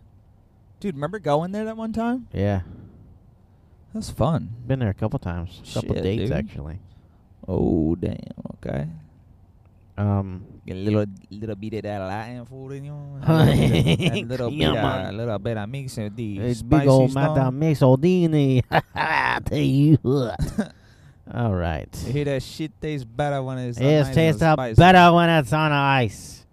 Speaker 3: Dude, remember going there that one time?
Speaker 2: yeah.
Speaker 3: That's fun.
Speaker 2: Been there a couple times, couple
Speaker 3: Shit,
Speaker 2: dates
Speaker 3: dude.
Speaker 2: actually.
Speaker 3: Oh damn. Okay.
Speaker 2: Um,
Speaker 3: Get a little little bit of that Latin food in you.
Speaker 2: Hey.
Speaker 3: a little bit,
Speaker 2: Yeah,
Speaker 3: of,
Speaker 2: man.
Speaker 3: little bit of mix of the
Speaker 2: it's
Speaker 3: spicy
Speaker 2: big old
Speaker 3: stuff.
Speaker 2: Madame Mixodini. I tell you what. All right.
Speaker 3: You hear that shit tastes better when it's
Speaker 2: It
Speaker 3: nice
Speaker 2: tastes
Speaker 3: and
Speaker 2: up
Speaker 3: spicy.
Speaker 2: better when it's on ice.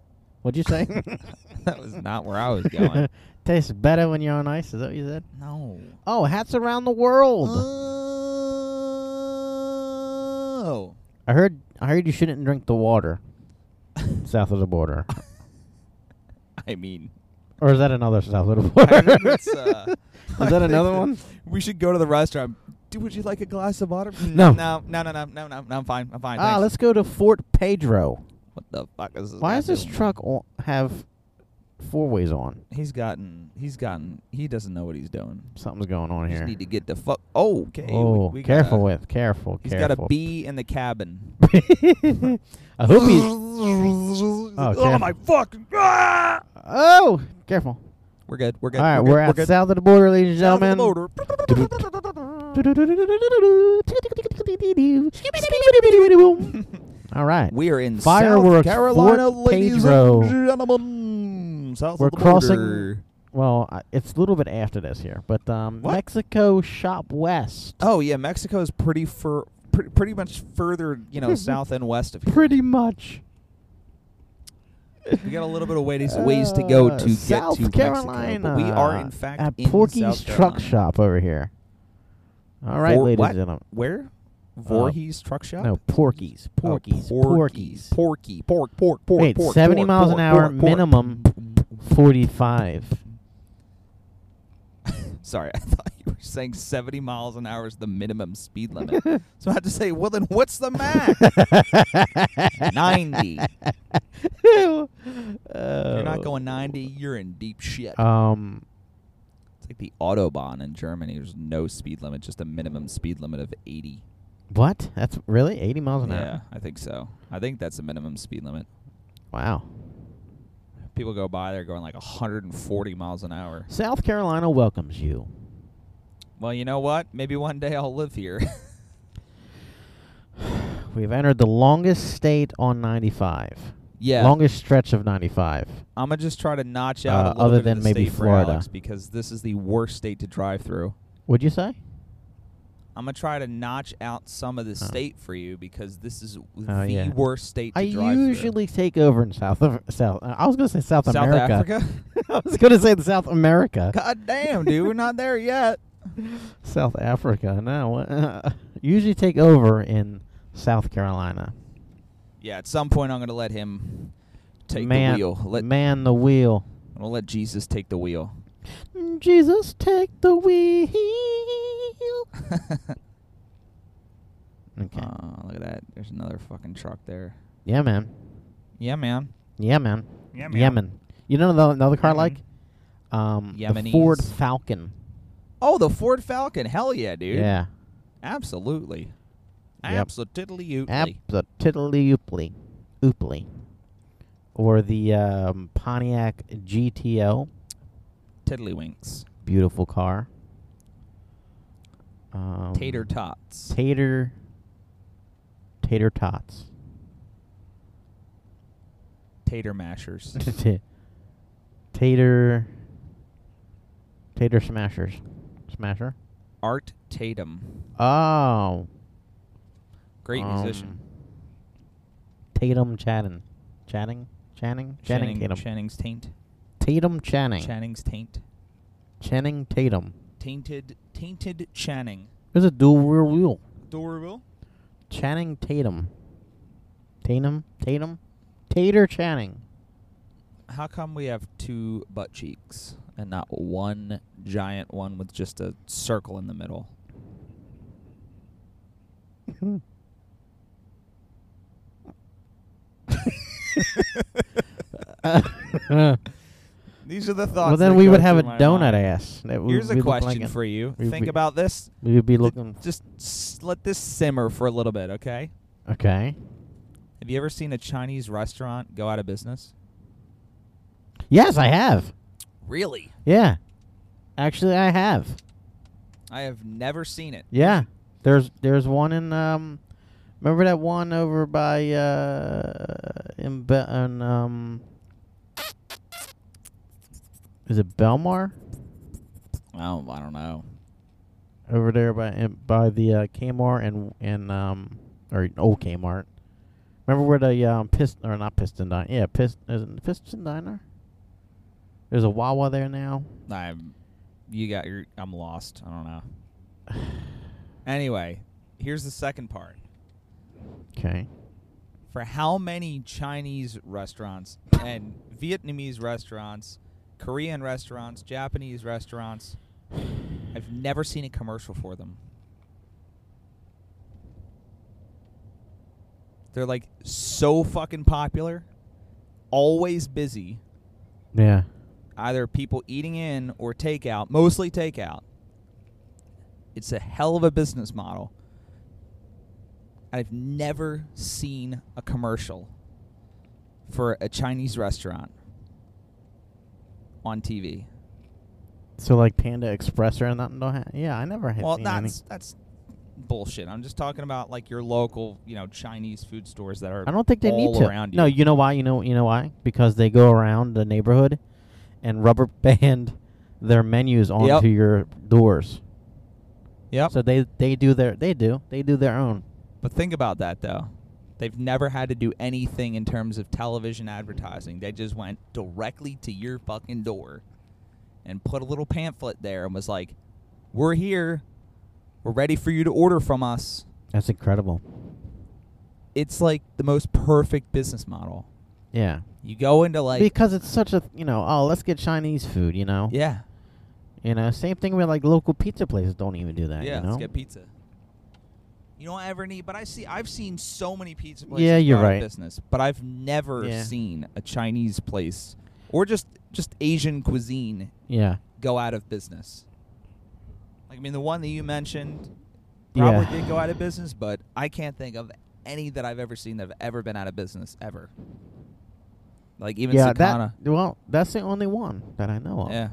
Speaker 2: What'd you say?
Speaker 3: that was not where I was going.
Speaker 2: tastes better when you're on ice. Is that what you said? Uh,
Speaker 3: no.
Speaker 2: Oh, hats around the world.
Speaker 3: Oh.
Speaker 2: I heard. I heard you shouldn't drink the water south of the border,
Speaker 3: I mean,
Speaker 2: or is that another south of
Speaker 3: I
Speaker 2: the border?
Speaker 3: think it's, uh, I
Speaker 2: is that
Speaker 3: think
Speaker 2: another one?
Speaker 3: We should go to the restaurant. Do would you like a glass of water?
Speaker 2: No.
Speaker 3: No, no, no, no, no, no, no, I'm fine. I'm fine.
Speaker 2: Ah,
Speaker 3: thanks.
Speaker 2: let's go to Fort Pedro.
Speaker 3: What the fuck is this?
Speaker 2: Why
Speaker 3: guy
Speaker 2: does this
Speaker 3: doing?
Speaker 2: truck o- have four ways on?
Speaker 3: He's gotten. He's gotten. He doesn't know what he's doing.
Speaker 2: Something's going on
Speaker 3: We
Speaker 2: here.
Speaker 3: Just need to get the fuck. Oh, okay. we-
Speaker 2: oh,
Speaker 3: we got
Speaker 2: careful
Speaker 3: a-
Speaker 2: with, careful,
Speaker 3: He's got
Speaker 2: careful.
Speaker 3: a bee in the cabin.
Speaker 2: I hope he's.
Speaker 3: oh,
Speaker 2: careful.
Speaker 3: my fucking! Ah!
Speaker 2: Oh, careful.
Speaker 3: We're good. We're good.
Speaker 2: All right,
Speaker 3: we're, good,
Speaker 2: we're at
Speaker 3: good.
Speaker 2: south of the border, ladies
Speaker 3: Down
Speaker 2: and
Speaker 3: to the
Speaker 2: gentlemen.
Speaker 3: motor.
Speaker 2: All right.
Speaker 3: We are in
Speaker 2: Fireworks
Speaker 3: South Carolina,
Speaker 2: Fort
Speaker 3: ladies
Speaker 2: Pedro.
Speaker 3: and gentlemen. South
Speaker 2: We're
Speaker 3: of the
Speaker 2: crossing
Speaker 3: border.
Speaker 2: well, I- it's a little bit after this here, but um,
Speaker 3: What?
Speaker 2: Mexico Shop West.
Speaker 3: Oh yeah, Mexico is pretty fur, pretty, pretty much further, you know, south and west of here.
Speaker 2: Pretty much.
Speaker 3: We got a little bit of ways ways to go
Speaker 2: Uh,
Speaker 3: to
Speaker 2: South
Speaker 3: get to
Speaker 2: Carolina.
Speaker 3: Mexico, but we are in fact
Speaker 2: at
Speaker 3: in
Speaker 2: Porky's
Speaker 3: South
Speaker 2: Truck
Speaker 3: Carolina.
Speaker 2: Shop over here. All right,
Speaker 3: Vor-
Speaker 2: ladies
Speaker 3: what?
Speaker 2: and gentlemen.
Speaker 3: Where? Voorhees Truck Shop?
Speaker 2: Oh. No, Porky's.
Speaker 3: Oh,
Speaker 2: Porky's.
Speaker 3: Porky's. Porky. Pork, pork, pork,
Speaker 2: Wait,
Speaker 3: pork.
Speaker 2: 70
Speaker 3: pork,
Speaker 2: miles
Speaker 3: pork,
Speaker 2: an hour
Speaker 3: pork, pork.
Speaker 2: minimum, 45.
Speaker 3: Sorry, I thought you were saying 70 miles an hour is the minimum speed limit. so I had to say, well, then what's the max? 90.
Speaker 2: Oh.
Speaker 3: You're not going 90, you're in deep shit.
Speaker 2: Um,
Speaker 3: it's like the Autobahn in Germany. There's no speed limit, just a minimum speed limit of 80.
Speaker 2: what? That's really 80 miles an
Speaker 3: Yeah,
Speaker 2: hour?
Speaker 3: I think so. I think that's the minimum speed limit.
Speaker 2: Wow.
Speaker 3: People go by, they're going like 140 miles an hour.
Speaker 2: South Carolina welcomes you.
Speaker 3: Well, you know what? Maybe one day I'll live here.
Speaker 2: We've entered the longest state on 95.
Speaker 3: yeah.
Speaker 2: Longest stretch of 95.
Speaker 3: I'm gonna just try to notch out a
Speaker 2: Uh,
Speaker 3: little
Speaker 2: other
Speaker 3: bit
Speaker 2: than
Speaker 3: of the
Speaker 2: maybe
Speaker 3: state
Speaker 2: Florida.
Speaker 3: for Alex because this is the worst state to drive through.
Speaker 2: Would you say?
Speaker 3: I'm gonna try to notch out some of the state for you because this is
Speaker 2: Oh,
Speaker 3: the
Speaker 2: yeah.
Speaker 3: worst state to
Speaker 2: I
Speaker 3: drive through.
Speaker 2: usually take over in South of, South. I was gonna say South,
Speaker 3: South
Speaker 2: America.
Speaker 3: Africa.
Speaker 2: I was gonna say the South America.
Speaker 3: God damn, dude, we're not there yet.
Speaker 2: South Africa. No, uh, usually take over in South Carolina.
Speaker 3: Yeah, at some point I'm gonna let him take
Speaker 2: man,
Speaker 3: the wheel. Let
Speaker 2: man the wheel.
Speaker 3: I'm gonna let Jesus take the wheel.
Speaker 2: Jesus, take the wheel.
Speaker 3: uh,
Speaker 2: Okay.
Speaker 3: look at that. There's another fucking truck there.
Speaker 2: Uh, yeah, man.
Speaker 3: Yeah, man.
Speaker 2: Yeah, man.
Speaker 3: Yeah, man.
Speaker 2: Yemen. You know the another car I
Speaker 3: Yemen.
Speaker 2: like? Um, the
Speaker 3: Yemenis.
Speaker 2: Ford Falcon.
Speaker 3: Oh, the Ford Falcon. Hell yeah, dude.
Speaker 2: Yeah.
Speaker 3: Absolutely.
Speaker 2: Yep.
Speaker 3: Absolutely.
Speaker 2: Ab- the tiddly ooply. Ooply. Or the um, Pontiac GTO.
Speaker 3: Tiddlywinks.
Speaker 2: Beautiful car. Um,
Speaker 3: Tater tots.
Speaker 2: Tater. Tater tots.
Speaker 3: Tater mashers.
Speaker 2: tater. Tater smashers. Smasher?
Speaker 3: Art Tatum.
Speaker 2: Oh.
Speaker 3: Great
Speaker 2: um,
Speaker 3: musician.
Speaker 2: Tatum Channing. Channing? Channing? Channing
Speaker 3: Channing,
Speaker 2: Tatum.
Speaker 3: Channing's taint.
Speaker 2: Tatum Channing.
Speaker 3: Channing's taint.
Speaker 2: Channing Tatum.
Speaker 3: Tainted. Tainted Channing.
Speaker 2: There's a dual rear wheel.
Speaker 3: Adorable.
Speaker 2: Channing Tatum. Tatum? Tatum? Tater Channing.
Speaker 3: How come we have two butt cheeks and not one giant one with just a circle in the middle? These are the thoughts.
Speaker 2: well, then
Speaker 3: that
Speaker 2: we
Speaker 3: go
Speaker 2: would have a
Speaker 3: through my
Speaker 2: donut
Speaker 3: mind.
Speaker 2: ass. That we
Speaker 3: Here's
Speaker 2: would
Speaker 3: a
Speaker 2: look like
Speaker 3: question
Speaker 2: it.
Speaker 3: for you.
Speaker 2: we'd
Speaker 3: Think
Speaker 2: be-
Speaker 3: about this.
Speaker 2: We would be
Speaker 3: Th-
Speaker 2: looking.
Speaker 3: Just s- let this simmer for a little bit, okay?
Speaker 2: okay.
Speaker 3: Have you ever seen a Chinese restaurant go out of business?
Speaker 2: Yes, I have.
Speaker 3: Really?
Speaker 2: Yeah. Actually, I have.
Speaker 3: I have never seen it.
Speaker 2: Yeah. There's there's one in um remember that one over by uh in Be- in, um is it Belmar
Speaker 3: Oh, I don't know.
Speaker 2: over there by in, by the uh, Kmart and and um or old Kmart. Remember where the um piston or not piston diner? Yeah, piston is it piston diner. There's a Wawa there now.
Speaker 3: I'm you got your I'm lost. I don't know. anyway, here's the second part.
Speaker 2: Okay.
Speaker 3: For how many Chinese restaurants and Vietnamese restaurants, Korean restaurants, Japanese restaurants, I've never seen a commercial for them. They're like so fucking popular, always busy.
Speaker 2: Yeah.
Speaker 3: either people eating in or takeout, mostly takeout. It's a hell of a business model. I've never seen a commercial for a Chinese restaurant on TV.
Speaker 2: So like Panda Express or nothing. Don't ha- yeah, I never had
Speaker 3: well,
Speaker 2: seen any.
Speaker 3: that's that's bullshit. I'm just talking about like your local, you know, Chinese food stores that are
Speaker 2: I don't think they
Speaker 3: all
Speaker 2: need to.
Speaker 3: around you.
Speaker 2: No, you know why? You know you know why? Because they go around the neighborhood and rubber band their menus onto your doors.
Speaker 3: Yep.
Speaker 2: So they they do their they do they do their own.
Speaker 3: But think about that though. They've never had to do anything in terms of television advertising. They just went directly to your fucking door and put a little pamphlet there and was like, "We're here. We're ready for you to order from us."
Speaker 2: That's incredible.
Speaker 3: It's like the most perfect business model.
Speaker 2: Yeah.
Speaker 3: You go into like
Speaker 2: because it's such a you know oh let's get Chinese food you know
Speaker 3: Yeah.
Speaker 2: you know same thing with like local pizza places don't even do that
Speaker 3: yeah,
Speaker 2: you know
Speaker 3: let's get pizza. You don't ever need, but I see. I've seen so many pizza places.
Speaker 2: Yeah, you're
Speaker 3: go out of
Speaker 2: right.
Speaker 3: Business, but I've never
Speaker 2: Yeah.
Speaker 3: seen a Chinese place or just just Asian cuisine
Speaker 2: yeah
Speaker 3: go out of business. Like I mean, the one that you mentioned
Speaker 2: Yeah.
Speaker 3: probably did go out of business, but I can't think of any that I've ever seen that have ever been out of business ever. Like even
Speaker 2: yeah
Speaker 3: Sakana.
Speaker 2: that well that's the only one that I know of
Speaker 3: yeah.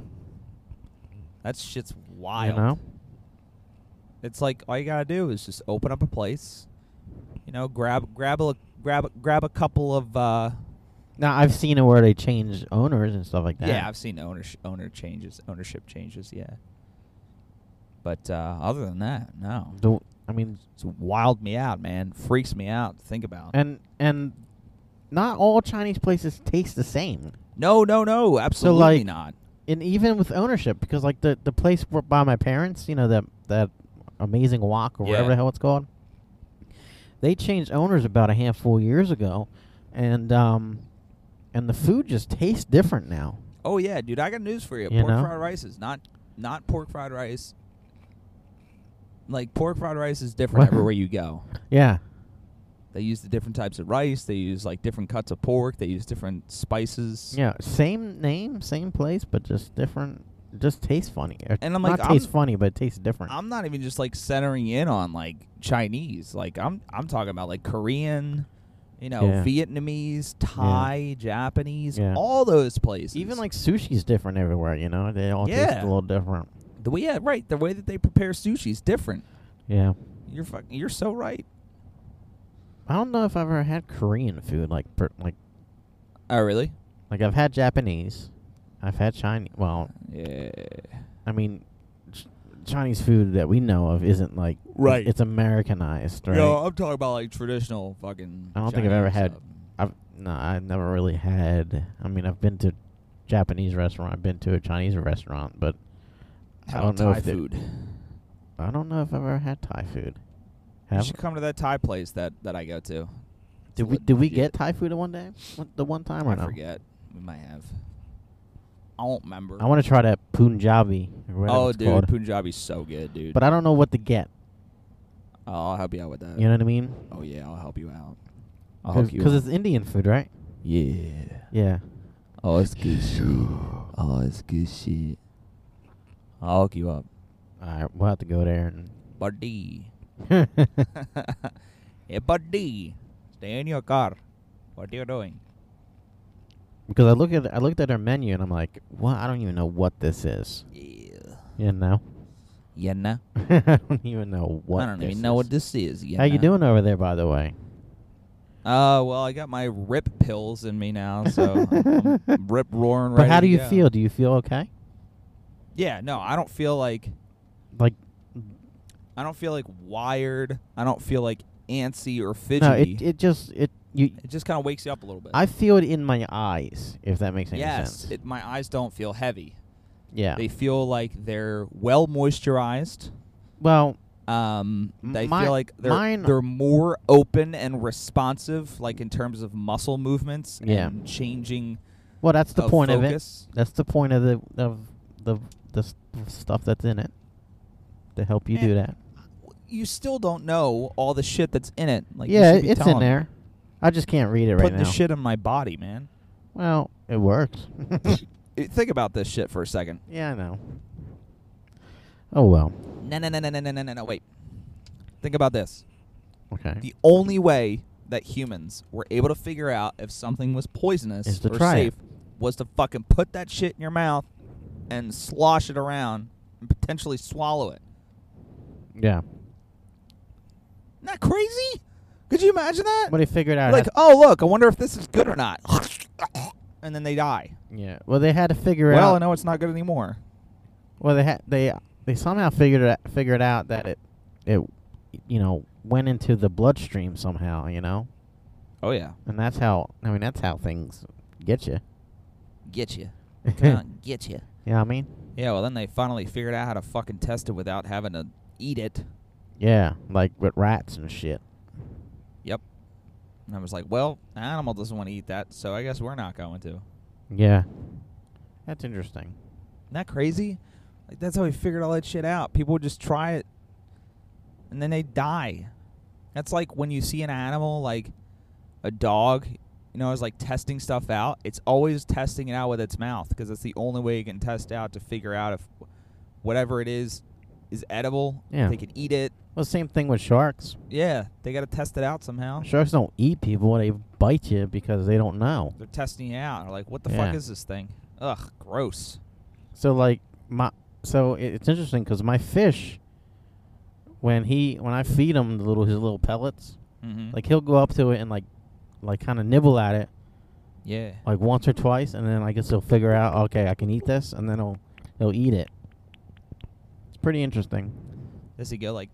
Speaker 3: That shit's wild.
Speaker 2: know?
Speaker 3: It's like all you gotta do is just open up a place, you know, grab grab a grab a- grab a couple of. Uh,
Speaker 2: now I've seen it where they change owners and stuff like that
Speaker 3: yeah, I've seen ownership owner changes, ownership changes. Yeah. But uh, other than that, no.
Speaker 2: The- I mean
Speaker 3: It's wild me out, man. Freaks me out to think about.
Speaker 2: and and not all Chinese places taste the same
Speaker 3: no, no, no. Absolutely
Speaker 2: like-
Speaker 3: not.
Speaker 2: and even with ownership because like the the place where, by my parents you know that that amazing walk or whatever
Speaker 3: Yeah.
Speaker 2: the hell it's called they changed owners about a handful years ago and um and the food just tastes different now
Speaker 3: Oh yeah, dude. I got news for you.
Speaker 2: You
Speaker 3: pork
Speaker 2: know?
Speaker 3: fried rice is not not pork fried rice. Like pork fried rice is different
Speaker 2: What?
Speaker 3: everywhere you go.
Speaker 2: yeah
Speaker 3: They use the different types of rice. They use like different cuts of pork. They use different spices.
Speaker 2: yeah same name same place but just different it just tastes funny Or
Speaker 3: And I'm
Speaker 2: not
Speaker 3: like,
Speaker 2: tastes
Speaker 3: I'm-
Speaker 2: funny but it tastes different
Speaker 3: I'm not even just like centering in on like Chinese. Like I'm I'm talking about like Korean, you know,
Speaker 2: Yeah.
Speaker 3: Vietnamese, Thai, Japanese,
Speaker 2: Yeah.
Speaker 3: all those places.
Speaker 2: even like sushi's different everywhere you know they all taste
Speaker 3: Yeah.
Speaker 2: a little different
Speaker 3: the way yeah, right, the way that they prepare sushi is different.
Speaker 2: yeah
Speaker 3: You're fucking you're so right.
Speaker 2: I don't know if I've ever had Korean food like per, like
Speaker 3: Oh really?
Speaker 2: Like I've had Japanese, I've had Chinese. Well,
Speaker 3: Yeah.
Speaker 2: I mean, ch- Chinese food that we know of isn't like
Speaker 3: Right.
Speaker 2: It's Americanized, right?
Speaker 3: No, I'm talking about like traditional fucking
Speaker 2: I don't think I've ever
Speaker 3: Chinese uh,
Speaker 2: had.
Speaker 3: stuff.
Speaker 2: I've no, I've never really had. I mean, I've been to Japanese restaurant, I've been to a Chinese restaurant, but
Speaker 3: How
Speaker 2: I
Speaker 3: about
Speaker 2: don't know
Speaker 3: uh, Thai
Speaker 2: if they-
Speaker 3: food.
Speaker 2: I don't know if I've ever had Thai food.
Speaker 3: You
Speaker 2: Have
Speaker 3: should come to that Thai place that, that I go to.
Speaker 2: did we
Speaker 3: Lit-
Speaker 2: did we
Speaker 3: legit.
Speaker 2: get Thai food at one day? One- The one time or
Speaker 3: I
Speaker 2: no?
Speaker 3: forget. We might have. I don't remember.
Speaker 2: I want to try that Punjabi. Or whatever
Speaker 3: Oh,
Speaker 2: it's
Speaker 3: dude,
Speaker 2: called.
Speaker 3: Punjabi's so good, dude.
Speaker 2: but I don't know what to get.
Speaker 3: oh, I'll help you out with that.
Speaker 2: You know what I mean?
Speaker 3: Oh yeah, I'll help you out. I'll help you.
Speaker 2: Because
Speaker 3: out.
Speaker 2: it's Indian food, right?
Speaker 3: yeah.
Speaker 2: Yeah.
Speaker 3: Oh, it's good shit. Oh, it's good shit. I'll hook you up,
Speaker 2: All right, we'll have to go there and
Speaker 3: buddy.
Speaker 2: yeah,
Speaker 3: hey, buddy, stay in your car. What are you doing?
Speaker 2: because I look at I looked at our menu and I'm like, well, I don't even know what this is.
Speaker 3: Yeah.
Speaker 2: You know,
Speaker 3: Yeah, nah.
Speaker 2: I don't even know what.
Speaker 3: I don't
Speaker 2: this
Speaker 3: even know
Speaker 2: is.
Speaker 3: what this is. Yeah,
Speaker 2: How you
Speaker 3: nah.
Speaker 2: doing over there, by the way?
Speaker 3: Uh, well, I got my rip pills in me now, so I'm, I'm rip roaring.
Speaker 2: But
Speaker 3: ready
Speaker 2: how
Speaker 3: to
Speaker 2: do you
Speaker 3: go.
Speaker 2: feel? Do you feel okay?
Speaker 3: Yeah, no, I don't feel like
Speaker 2: Like,
Speaker 3: I don't feel like wired. I don't feel like antsy or fidgety.
Speaker 2: no, it it just it you.
Speaker 3: It just kind of wakes you up a little bit.
Speaker 2: I feel it in my eyes, if that makes any
Speaker 3: yes,
Speaker 2: sense.
Speaker 3: it, my eyes don't feel heavy.
Speaker 2: yeah.
Speaker 3: They feel like they're well moisturized.
Speaker 2: Well,
Speaker 3: Um, they
Speaker 2: My-
Speaker 3: feel like they're
Speaker 2: mine-
Speaker 3: they're more open and responsive, like in terms of muscle movements
Speaker 2: Yeah.
Speaker 3: and changing.
Speaker 2: well, that's the
Speaker 3: of
Speaker 2: point
Speaker 3: focus.
Speaker 2: of it. That's the point of the of the the s- stuff that's in it to help you do
Speaker 3: And
Speaker 2: that.
Speaker 3: You still don't know all the shit that's in it. Like you
Speaker 2: yeah,
Speaker 3: should be
Speaker 2: it's
Speaker 3: telling
Speaker 2: in
Speaker 3: me.
Speaker 2: there. I just can't read it right
Speaker 3: Putting
Speaker 2: now.
Speaker 3: the shit in my body, man.
Speaker 2: Well, it works.
Speaker 3: Eh, Think about this shit for a second.
Speaker 2: yeah, I know. Oh well.
Speaker 3: No, no, no, no, no, no, no, no, no. Wait. Think about this.
Speaker 2: Okay.
Speaker 3: The only way that humans were able to figure out if something was poisonous
Speaker 2: Is to
Speaker 3: or
Speaker 2: try
Speaker 3: safe
Speaker 2: it.
Speaker 3: was to fucking put that shit in your mouth and slosh it around and potentially swallow it.
Speaker 2: yeah.
Speaker 3: Isn't that crazy? Could you imagine that?
Speaker 2: But he figured out.
Speaker 3: like, oh look, I wonder if this is good or not. and then they die.
Speaker 2: yeah. Well, they had to figure
Speaker 3: Well, I
Speaker 2: out
Speaker 3: know it's not good anymore.
Speaker 2: Well, they ha- they they somehow figured it, figured out that it it you know went into the bloodstream somehow, you know,
Speaker 3: Oh yeah.
Speaker 2: and that's how I mean that's how things get you.
Speaker 4: Get you. Come
Speaker 2: yeah,
Speaker 4: on, get you.
Speaker 2: I mean,
Speaker 3: Yeah. Well, then they finally figured out how to fucking test it without having to eat it.
Speaker 2: yeah, like with rats and shit.
Speaker 3: Yep. And I was like, well, the animal doesn't want to eat that, so I guess we're not going to. Isn't
Speaker 2: Yeah, that's interesting.
Speaker 3: that crazy? Like that's how we figured all that shit out. People would just try it, and then they die. That's like when you see an animal, like a dog. You know, it's like testing stuff out. It's always testing it out with its mouth because that's the only way you can test out to figure out if whatever it is is edible. if
Speaker 2: Yeah.
Speaker 3: They can eat it.
Speaker 2: Well, same thing with sharks.
Speaker 3: Yeah, they got to test it out somehow.
Speaker 2: Sharks don't eat people; they bite you because they don't know.
Speaker 3: They're testing it out. They're like, what the
Speaker 2: Yeah.
Speaker 3: fuck is this thing? Ugh, gross.
Speaker 2: So like my so it, it's interesting because my fish, when he when I feed him the little his little pellets,
Speaker 3: Mm-hmm.
Speaker 2: like he'll go up to it and like like kind of nibble at it
Speaker 3: yeah.
Speaker 2: like once or twice, and then I guess he'll figure out okay I can eat this, and then he'll he'll eat it. It's pretty interesting.
Speaker 3: Does he go like,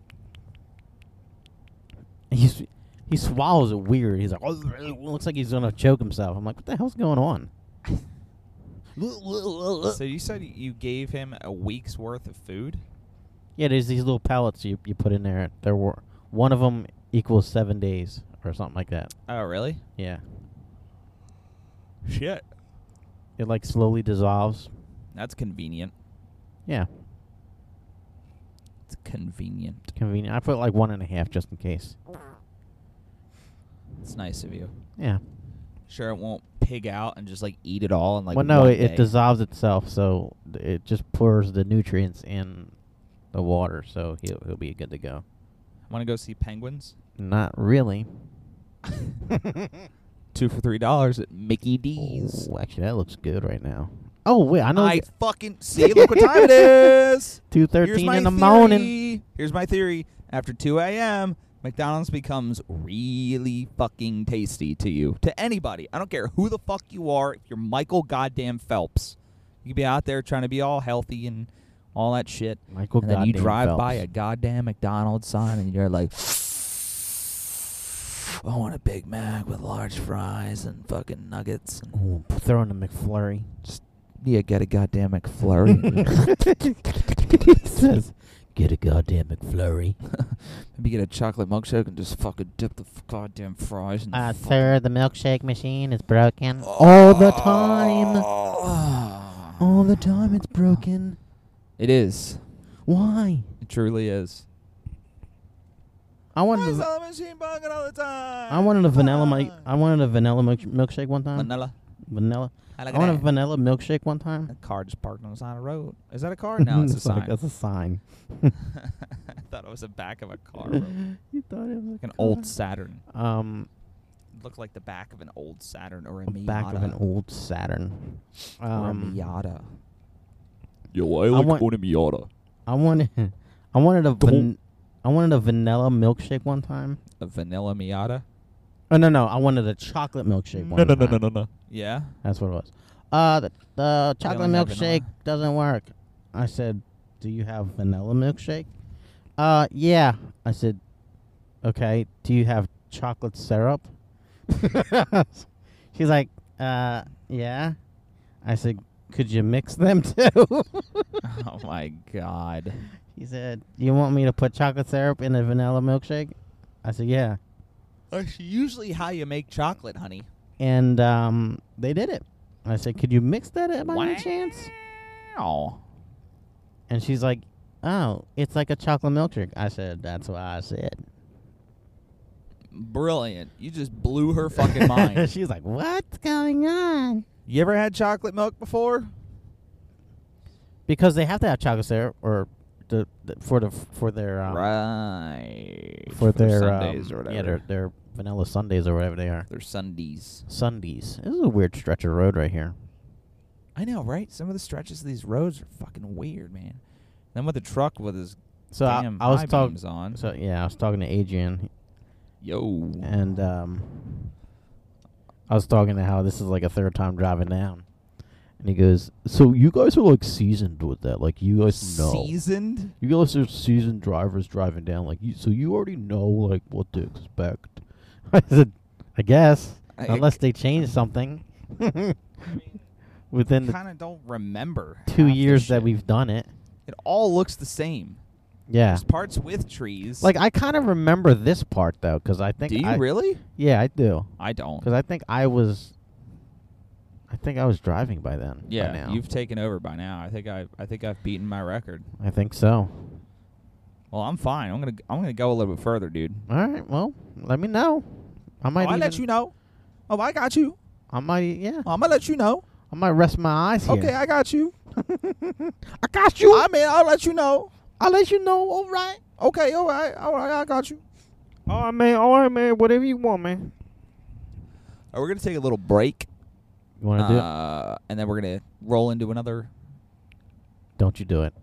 Speaker 2: He's he swallows it weird. He's like, oh, looks like he's gonna choke himself. I'm like, what the hell's going on?
Speaker 3: so you said you gave him a week's worth of food?
Speaker 2: Yeah, there's these little pellets you, you put in there. There were one of them equals seven days or something like that.
Speaker 3: Oh, really?
Speaker 2: Yeah,
Speaker 3: Shit.
Speaker 2: it like slowly dissolves.
Speaker 3: That's convenient.
Speaker 2: Yeah,
Speaker 3: It's convenient.
Speaker 2: convenient. I put like one and a half just in case.
Speaker 3: It's nice of you.
Speaker 2: Yeah.
Speaker 3: Sure, it won't pig out and just like eat it all and like.
Speaker 2: well, no,
Speaker 3: one
Speaker 2: it, it
Speaker 3: day.
Speaker 2: dissolves itself, so th- it just pours the nutrients in the water, so he'll he'll be good to go.
Speaker 3: Want to go see penguins?
Speaker 2: Not really.
Speaker 3: Two for three dollars at Mickey D's.
Speaker 2: Oh, actually, that looks good right now. Oh wait, I know.
Speaker 3: I fucking see. Look what time it is.
Speaker 2: Two
Speaker 3: Here's
Speaker 2: thirteen
Speaker 3: my
Speaker 2: in the morning.
Speaker 3: theory. Here's my theory. After 2 a.m., McDonald's becomes really fucking tasty to you, to anybody. I don't care who the fuck you are. If you're Michael Goddamn Phelps, you could be out there trying to be all healthy and all that shit,
Speaker 2: Michael,
Speaker 3: and then you
Speaker 2: goddamn
Speaker 3: drive by a
Speaker 2: Phelps.
Speaker 3: goddamn McDonald's sign and you're like, I want a Big Mac with large fries and fucking nuggets. And
Speaker 2: Ooh, p- throw in a McFlurry.
Speaker 3: yeah, get a goddamn McFlurry.
Speaker 2: he says, "Get a goddamn McFlurry."
Speaker 3: Maybe get a chocolate milkshake and just fucking dip the f- goddamn fries in the
Speaker 2: Uh,
Speaker 3: fucking-
Speaker 2: sir, the milkshake machine is broken all the time.
Speaker 3: Ah.
Speaker 2: All the time, it's broken.
Speaker 3: It is.
Speaker 2: Why?
Speaker 3: It truly is.
Speaker 2: I wanted. A, I wanted a vanilla. Mi- uh, I wanted a vanilla milk- milkshake one time.
Speaker 3: Vanilla.
Speaker 2: Vanilla.
Speaker 3: I like
Speaker 2: I want a
Speaker 3: that.
Speaker 2: vanilla milkshake one time.
Speaker 3: That car just parked on the side of the road. Is that a car? No, it's a
Speaker 2: like-
Speaker 3: sign.
Speaker 2: That's a sign.
Speaker 3: I thought it was the back of a car. bro. Like
Speaker 2: You thought it was like
Speaker 3: an old Saturn.
Speaker 2: um
Speaker 3: It looked like the back of an old Saturn or a
Speaker 2: a
Speaker 3: Miata.
Speaker 2: back of an old Saturn.
Speaker 3: or a
Speaker 2: Um,
Speaker 3: Miata.
Speaker 5: Yo,
Speaker 2: I
Speaker 5: I like
Speaker 2: want-
Speaker 5: want- a Miata.
Speaker 2: I wanted, I wanted a
Speaker 5: Don't-
Speaker 2: van- I wanted a vanilla milkshake one time.
Speaker 3: A vanilla Miata.
Speaker 2: Oh no no, I wanted a chocolate milkshake one time.
Speaker 5: no, no.
Speaker 3: Yeah.
Speaker 2: That's what it was. Uh, the, the chocolate
Speaker 3: only have
Speaker 2: milkshake
Speaker 3: vanilla.
Speaker 2: doesn't work. I said, "Do you have vanilla milkshake?" Uh, yeah. I said, "Okay. Do you have chocolate syrup?" She's like, "Uh, yeah." I said, "Could you mix them too?"
Speaker 3: oh my god.
Speaker 2: He said, "You want me to put chocolate syrup in a vanilla milkshake?" I said, "Yeah."
Speaker 3: That's usually how you make chocolate, honey.
Speaker 2: And um, they did it. I said, "Could you mix that up by any chance?"
Speaker 3: Wow.
Speaker 2: And she's like, "Oh, it's like a chocolate milkshake." I said, "That's why I said."
Speaker 3: Brilliant. You just blew her fucking mind.
Speaker 2: she's like, "What's going on?"
Speaker 3: you ever had chocolate milk before?
Speaker 2: Because they have to have chocolate syrup, or the, the for the for their um,
Speaker 3: right.
Speaker 2: for, their
Speaker 3: Sundays
Speaker 2: um,
Speaker 3: or whatever.
Speaker 2: yeah their their vanilla sundays or whatever they are.
Speaker 3: Their Sundays.
Speaker 2: Sundays. This is a weird stretch of road right here.
Speaker 3: I know, right? Some of the stretches of these roads are fucking weird, man. Then with the truck with his
Speaker 2: So I,
Speaker 3: damn
Speaker 2: I was talking.
Speaker 3: beams on.
Speaker 2: So yeah, I was talking to Adrian.
Speaker 3: Yo.
Speaker 2: and um, I was talking to how this is like a third time driving down, And he goes, "So you guys are like seasoned with that. Like you guys know.
Speaker 3: Seasoned?
Speaker 2: You guys are seasoned drivers driving down. Like you, so you already know like what to expect." I said, "I guess
Speaker 3: I-
Speaker 2: unless they change something within the
Speaker 3: kind of don't remember.
Speaker 2: two
Speaker 3: half the
Speaker 2: years that
Speaker 3: shit.
Speaker 2: we've done it."
Speaker 3: It all looks the same.
Speaker 2: Yeah.
Speaker 3: There's parts with trees.
Speaker 2: Like I kind of remember this part though, because I think
Speaker 3: do you
Speaker 2: I,
Speaker 3: really? Oh.
Speaker 2: Yeah, I do.
Speaker 3: I don't.
Speaker 2: Because I think I was, I think I was driving by then. by
Speaker 3: yeah,
Speaker 2: now.
Speaker 3: you've taken over by now. I think I I think I've beaten my record.
Speaker 2: I think so.
Speaker 3: Well, I'm fine. I'm gonna I'm gonna go a little bit further, dude.
Speaker 2: All right. Well, let me know. I
Speaker 3: Oh,
Speaker 2: might.
Speaker 3: I let
Speaker 2: even-
Speaker 3: you know. Oh, I got you.
Speaker 2: I might. Yeah.
Speaker 3: I'm gonna let you know.
Speaker 2: I might rest my eyes here.
Speaker 3: Okay, I got you.
Speaker 2: I got you.
Speaker 3: I mean, I'll let you know.
Speaker 2: I'll let you know. All right.
Speaker 3: Okay, all right, all right, I got you.
Speaker 2: All right, man. All right, man. Whatever you want, man.
Speaker 3: All right, we're gonna take a little break,
Speaker 2: You want to do it?
Speaker 3: uh, and then we're gonna roll into another
Speaker 2: Don't you do it?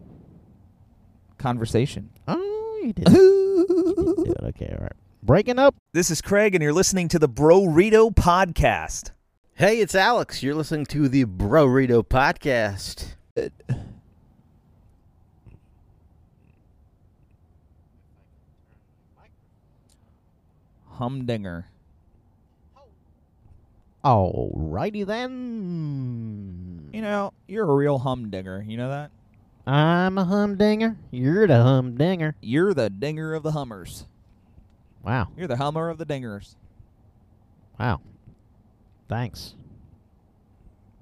Speaker 3: conversation.
Speaker 2: Oh, you did. it. You did it. Okay. All right. Breaking up.
Speaker 6: This is Craig, and you're listening to the Bro Rito Podcast.
Speaker 1: Hey, it's Alex. You're listening to the Bro Rito podcast.
Speaker 3: Humdinger.
Speaker 2: All righty then.
Speaker 3: You know, you're a real humdinger. You know that?
Speaker 2: I'm a humdinger. You're the humdinger.
Speaker 3: You're the dinger of the hummers.
Speaker 2: Wow.
Speaker 3: You're the hummer of the dingers.
Speaker 2: Wow. Thanks.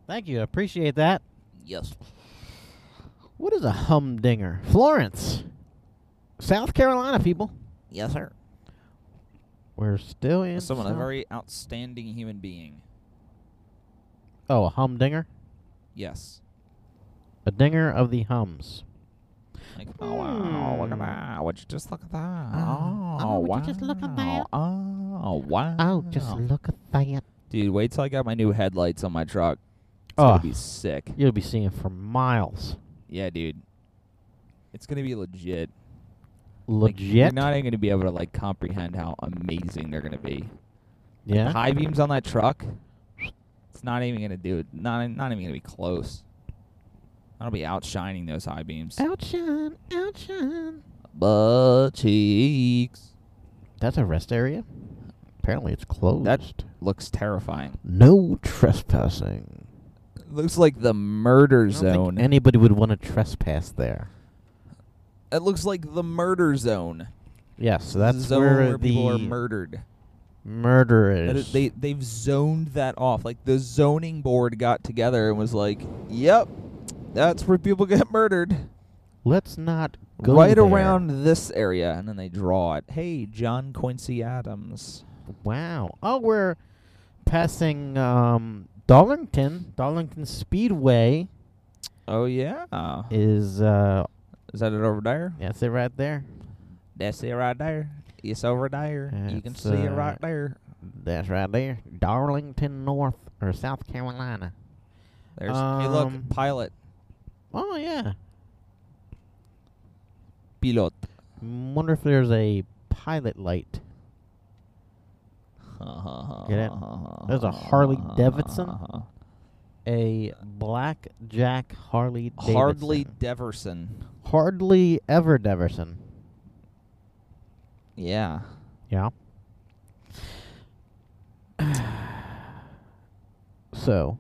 Speaker 2: Thank you. I appreciate that.
Speaker 4: Yes.
Speaker 2: What is a humdinger? Florence, South Carolina, people.
Speaker 4: Yes, sir.
Speaker 2: We're still in.
Speaker 3: Someone, a
Speaker 2: South-
Speaker 3: very outstanding human being.
Speaker 2: Oh, a humdinger?
Speaker 3: Yes.
Speaker 2: A dinger of the hums.
Speaker 3: Like, oh wow, look at
Speaker 2: Hmm.
Speaker 3: that! Would you just look at that? Oh,
Speaker 2: Oh, oh,
Speaker 3: wow!
Speaker 2: would you just look at that?
Speaker 3: Oh wow!
Speaker 2: Oh, just look at that.
Speaker 3: Dude, wait till I got my new headlights on my truck. It's
Speaker 2: Oh.
Speaker 3: gonna be sick.
Speaker 2: You'll be seeing for miles.
Speaker 3: Yeah, dude. It's gonna be legit. Like, you're
Speaker 2: Legit.
Speaker 3: not even gonna be able to like comprehend how amazing they're gonna be. The
Speaker 2: yeah.
Speaker 3: high beams on that truck. It's not even gonna do it. Not not even gonna be close. I'll be outshining those high beams.
Speaker 2: Outshine, outshine.
Speaker 3: Butt cheeks.
Speaker 2: That's a rest area. Apparently, it's closed.
Speaker 3: Looks terrifying.
Speaker 2: no trespassing.
Speaker 3: Looks like the murder
Speaker 2: I don't
Speaker 3: zone.
Speaker 2: think anybody would want to trespass there.
Speaker 3: it looks like the murder zone.
Speaker 2: Yes, so that's
Speaker 3: zone
Speaker 2: where, the
Speaker 3: people are murdered.
Speaker 2: murder is.
Speaker 3: That is, they they've zoned that off. Like the zoning board got together and was like, "Yep, that's where people get murdered,
Speaker 2: Let's not go
Speaker 3: right
Speaker 2: there.
Speaker 3: around this area." And then they draw it. Hey, John Quincy Adams.
Speaker 2: Wow. Oh, we're passing um, Darlington. Darlington Speedway
Speaker 3: Oh yeah,
Speaker 2: is. Uh,
Speaker 3: is that it over there?
Speaker 2: that's it right there.
Speaker 3: That's it right there. It's over there. you can
Speaker 2: That's,
Speaker 3: see it
Speaker 2: uh,
Speaker 3: right there.
Speaker 2: That's right there. Darlington North or South Carolina.
Speaker 3: There's hey look,
Speaker 2: um,
Speaker 3: pilot,
Speaker 2: Oh yeah.
Speaker 3: pilot.
Speaker 2: Wonder if there's a pilot light. Get it? There's a Harley Davidson. A black Jack Harley.
Speaker 3: Hardly
Speaker 2: Davidson.
Speaker 3: Deverson.
Speaker 2: Hardly ever Deverson.
Speaker 3: Yeah.
Speaker 2: Yeah. so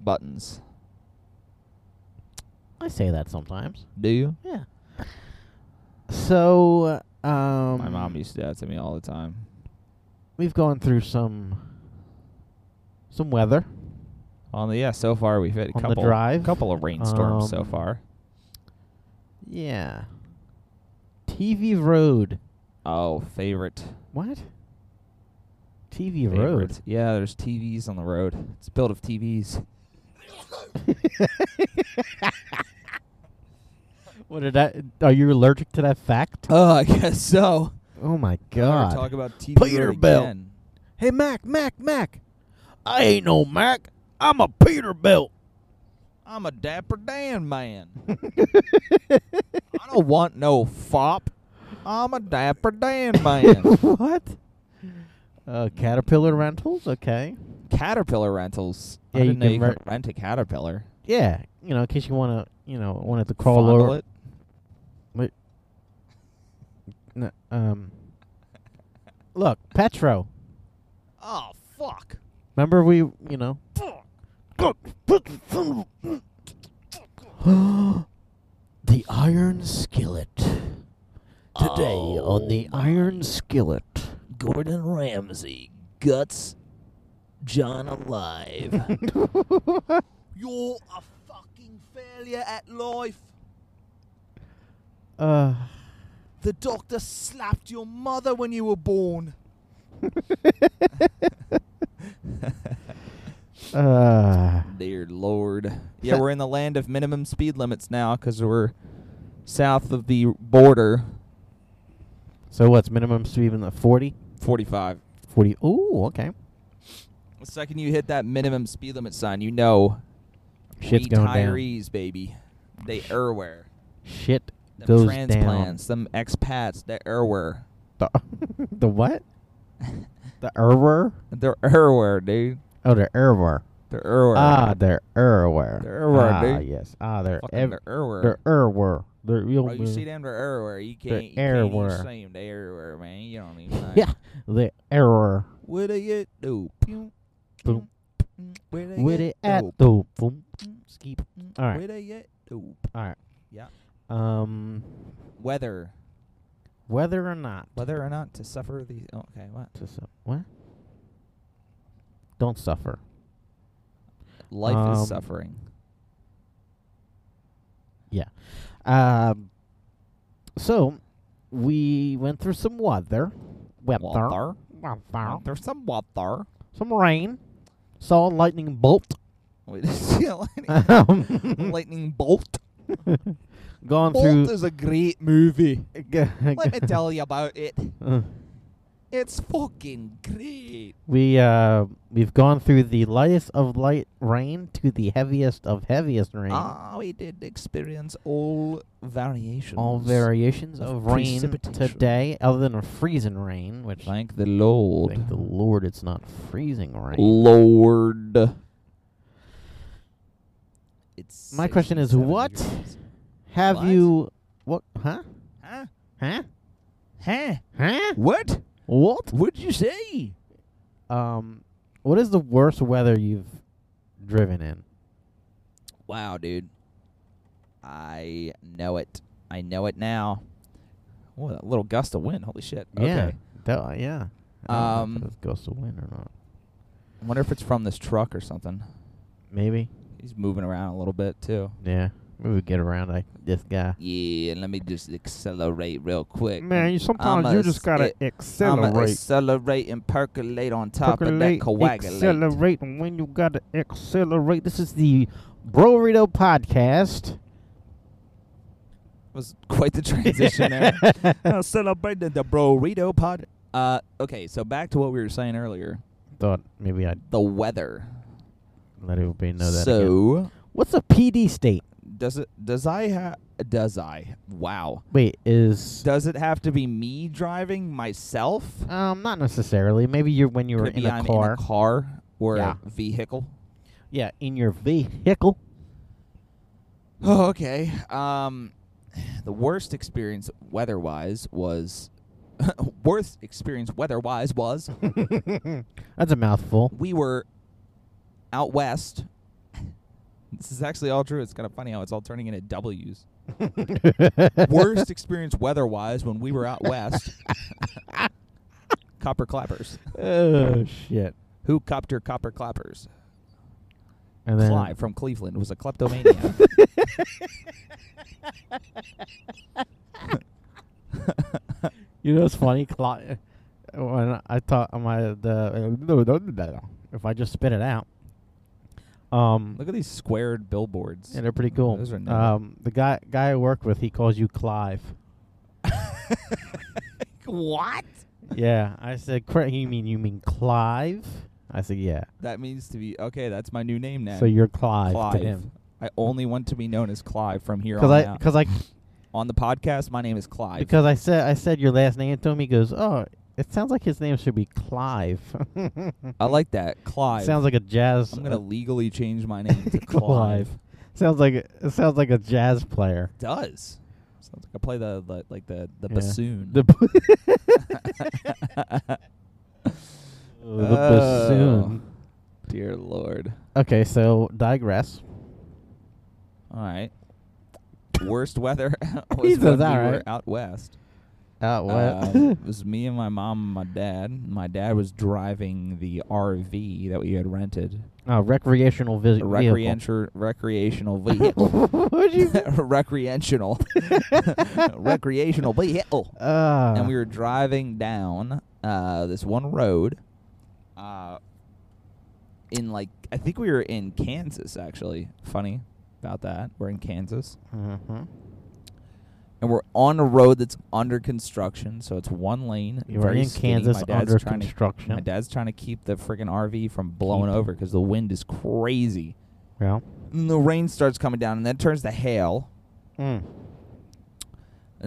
Speaker 3: Buttons.
Speaker 2: I say that sometimes.
Speaker 3: Do you?
Speaker 2: Yeah. So um,
Speaker 3: My mom used to do that to me all the time.
Speaker 2: We've gone through some some weather.
Speaker 3: On the yeah, so far we've had a
Speaker 2: On the
Speaker 3: couple
Speaker 2: drive,
Speaker 3: couple of rainstorms so
Speaker 2: um,
Speaker 3: far.
Speaker 2: Yeah. TV Road.
Speaker 3: Oh, favorite.
Speaker 2: What? TV
Speaker 3: favorite. Yeah, there's TVs on the road. It's built of TVs.
Speaker 2: Road. What did that? Are you allergic to that fact?
Speaker 3: Oh, I guess so.
Speaker 2: Uh, Oh my
Speaker 3: Never
Speaker 2: God!
Speaker 3: Talk about TV road
Speaker 2: Peterbilt.
Speaker 3: again.
Speaker 2: hey Mac, Mac, Mac. I ain't no Mac. I'm a Peterbilt.
Speaker 3: I'm a dapper Dan man. I don't want no fop. I'm a dapper Dan man.
Speaker 2: what? Uh, Caterpillar Rentals, okay.
Speaker 3: Caterpillar rentals. I
Speaker 2: Yeah, you
Speaker 3: didn't know
Speaker 2: can
Speaker 3: you could
Speaker 2: rent-
Speaker 3: rent a caterpillar.
Speaker 2: Yeah, you know, in case you want to, you know, want it to crawl
Speaker 3: Fondle
Speaker 2: over.
Speaker 3: it.
Speaker 2: Wait. No, um. Look, Petro.
Speaker 3: Oh fuck!
Speaker 2: Remember we, you know. the iron skillet. Today
Speaker 7: Oh.
Speaker 2: on the
Speaker 8: Oh
Speaker 2: iron skillet.
Speaker 4: Gordon Ramsay guts John alive.
Speaker 8: You're a fucking failure at life.
Speaker 2: Uh,
Speaker 8: The doctor slapped your mother when you were born.
Speaker 2: uh,
Speaker 3: Dear Lord. Yeah, we're in the land of minimum speed limits now because we're south of the border.
Speaker 2: so what's minimum speed in the 40?
Speaker 3: 45.
Speaker 2: 40. Ooh, okay.
Speaker 3: The second you hit that minimum speed limit sign, you know
Speaker 2: Shit's going down.
Speaker 3: retirees, baby. They erware.
Speaker 2: Shit
Speaker 3: Them
Speaker 2: goes
Speaker 3: transplants, them expats, they're erware.
Speaker 2: down. The, the what? the error?
Speaker 3: They're erware, dude.
Speaker 2: Oh, the error.
Speaker 3: They're erware.
Speaker 2: Ah, they're error.
Speaker 3: They're error,
Speaker 2: ah,
Speaker 3: dude.
Speaker 2: yes. Ah, they're
Speaker 3: Fucking
Speaker 2: ev-
Speaker 3: they're erware.
Speaker 2: they're error. They're real.
Speaker 3: Bro, you see them? They're erware. You
Speaker 2: They're
Speaker 3: can't, you can't even
Speaker 2: erware.
Speaker 3: say 'em, They're erware, man. You don't even know.
Speaker 2: Yeah, the error.
Speaker 3: What do you do?
Speaker 2: Boom.
Speaker 3: Mm. Where they
Speaker 2: With
Speaker 3: get
Speaker 2: it at
Speaker 3: dope?
Speaker 2: the boom. Skip. All right.
Speaker 3: Where they get dope?
Speaker 2: All right.
Speaker 3: Yeah.
Speaker 2: Um,
Speaker 3: Whether
Speaker 2: whether or not
Speaker 3: whether or not to suffer the oh, okay what
Speaker 2: to su- what? Don't suffer.
Speaker 3: life
Speaker 2: Um,
Speaker 3: is suffering.
Speaker 2: Yeah. Um. So, we went through some weather. Weather.
Speaker 3: Water.
Speaker 2: Weather.
Speaker 3: There's some water.
Speaker 2: Some rain. Saw a lightning bolt.
Speaker 3: Wait, see a lightning,
Speaker 2: Um,
Speaker 3: lightning bolt.
Speaker 2: gone
Speaker 3: Bolt
Speaker 2: through.
Speaker 3: is a great movie. Let
Speaker 2: Let
Speaker 3: me tell you about it. It's fucking great.
Speaker 2: We uh we've gone through the lightest of light rain to the heaviest of heaviest rain.
Speaker 3: Ah, we did experience all variations.
Speaker 2: All variations
Speaker 3: of
Speaker 2: of rain
Speaker 3: precipitation.
Speaker 2: today, other than a freezing rain, which
Speaker 3: Thank the
Speaker 2: thank
Speaker 3: Lord.
Speaker 2: the Lord it's not freezing rain.
Speaker 3: Lord. It's
Speaker 2: My question is,
Speaker 3: 67
Speaker 2: what?
Speaker 3: degrees.
Speaker 2: Have
Speaker 3: What?
Speaker 2: you what? Huh?
Speaker 3: Huh?
Speaker 2: Huh?
Speaker 3: Huh?
Speaker 2: Huh?
Speaker 3: What?
Speaker 2: What?
Speaker 3: What'd you say?
Speaker 2: Um, what is the worst weather you've driven in?
Speaker 3: Wow, dude. I know it. I know it now. What a little gust of wind. Holy shit.
Speaker 2: Yeah,
Speaker 3: Okay.
Speaker 2: that- yeah. I don't know if
Speaker 3: Um,
Speaker 2: it's gust of wind or not?
Speaker 3: I wonder if it's from this truck or something.
Speaker 2: Maybe.
Speaker 3: He's moving around a little bit too.
Speaker 2: Yeah, we would get around like this guy.
Speaker 3: Yeah, let me just accelerate real quick.
Speaker 2: Man, you sometimes
Speaker 3: I'ma
Speaker 2: you just gotta
Speaker 3: s- I'ma
Speaker 2: accelerate.
Speaker 3: accelerate and percolate on top
Speaker 2: Percolate,
Speaker 3: of that coagulate.
Speaker 2: accelerate, and when you gotta accelerate, this is the Brorito podcast.
Speaker 3: was quite the transition there. I'll celebrate the, the burrito pod. Uh, okay, so back to what we were saying earlier.
Speaker 2: Thought maybe I'd
Speaker 3: The weather.
Speaker 2: let everybody know that. again.
Speaker 3: so
Speaker 2: what's a PD state?
Speaker 3: does it? Does I have? Does I? Wow.
Speaker 2: Wait, is
Speaker 3: Does it have to be me driving myself?
Speaker 2: um not necessarily. Maybe you're when you were
Speaker 3: Could
Speaker 2: in
Speaker 3: be
Speaker 2: a
Speaker 3: I'm
Speaker 2: car.
Speaker 3: in a car or
Speaker 2: Yeah.
Speaker 3: a vehicle.
Speaker 2: Yeah, in your vehicle.
Speaker 3: Oh, okay. Um, the worst experience weather-wise was worst experience weather-wise was
Speaker 2: That's a mouthful.
Speaker 3: we were out west. This is actually all true. It's kind of funny how it's all turning into W's. Worst experience weather-wise when we were out west. copper clappers.
Speaker 2: oh shit.
Speaker 3: Who copped your copper clappers?
Speaker 2: And then
Speaker 3: Fly from Cleveland was a kleptomaniac.
Speaker 2: You know, it's funny. Cli- when I thought my the if I just spit it out, um,
Speaker 3: Look at these squared billboards.
Speaker 2: yeah, they're pretty cool.
Speaker 3: Those are neat.
Speaker 2: Um, the guy guy I work with, he calls you Clive.
Speaker 3: what?
Speaker 2: yeah, I said, "Cra- you mean you mean Clive? I said, yeah.
Speaker 3: That means to be okay. That's my new name now.
Speaker 2: So you're Clive,
Speaker 3: Clive.
Speaker 2: to him
Speaker 3: I only want to be known as Clive from here on
Speaker 2: because I
Speaker 3: out.
Speaker 2: because I
Speaker 3: on the podcast, my name is Clive.
Speaker 2: because I said I said your last name to him. He goes, oh, It sounds like his name should be Clive.
Speaker 3: I like that, Clive.
Speaker 2: Sounds like a jazz.
Speaker 3: I'm gonna legally change my name to Clive.
Speaker 2: Clive. sounds like a, it sounds like a jazz player.
Speaker 3: Does sounds like I play the, the like the the
Speaker 2: Yeah.
Speaker 3: bassoon.
Speaker 2: The, b- the
Speaker 3: Oh.
Speaker 2: bassoon.
Speaker 3: Dear Lord.
Speaker 2: Okay, so digress.
Speaker 3: All right. Worst weather was
Speaker 2: He says
Speaker 3: when
Speaker 2: that,
Speaker 3: we were
Speaker 2: right?
Speaker 3: out west.
Speaker 2: Out what?
Speaker 3: Um, it was me and my mom and my dad. My dad was driving the RV that we had rented.
Speaker 2: oh, recreational vis-
Speaker 3: A
Speaker 2: vehicle.
Speaker 3: recreantu- recreational vehicle.
Speaker 2: What'd you?
Speaker 3: recreational. recreational vehicle.
Speaker 2: Uh,
Speaker 3: and we were driving down uh, this one road uh, in like I think we were in Kansas actually. Funny about that. We're in Kansas
Speaker 2: Mhm.
Speaker 3: and we're on a road that's under construction, so it's one lane.
Speaker 2: You are
Speaker 3: very
Speaker 2: in
Speaker 3: skinny.
Speaker 2: Kansas
Speaker 3: My dad's
Speaker 2: under
Speaker 3: trying to-
Speaker 2: construction.
Speaker 3: my dad's trying to keep the friggin' RV from blowing
Speaker 2: Keep.
Speaker 3: over because the wind is crazy.
Speaker 2: Well.
Speaker 3: And the rain starts coming down, and then it turns to hail.
Speaker 2: Mm.
Speaker 3: And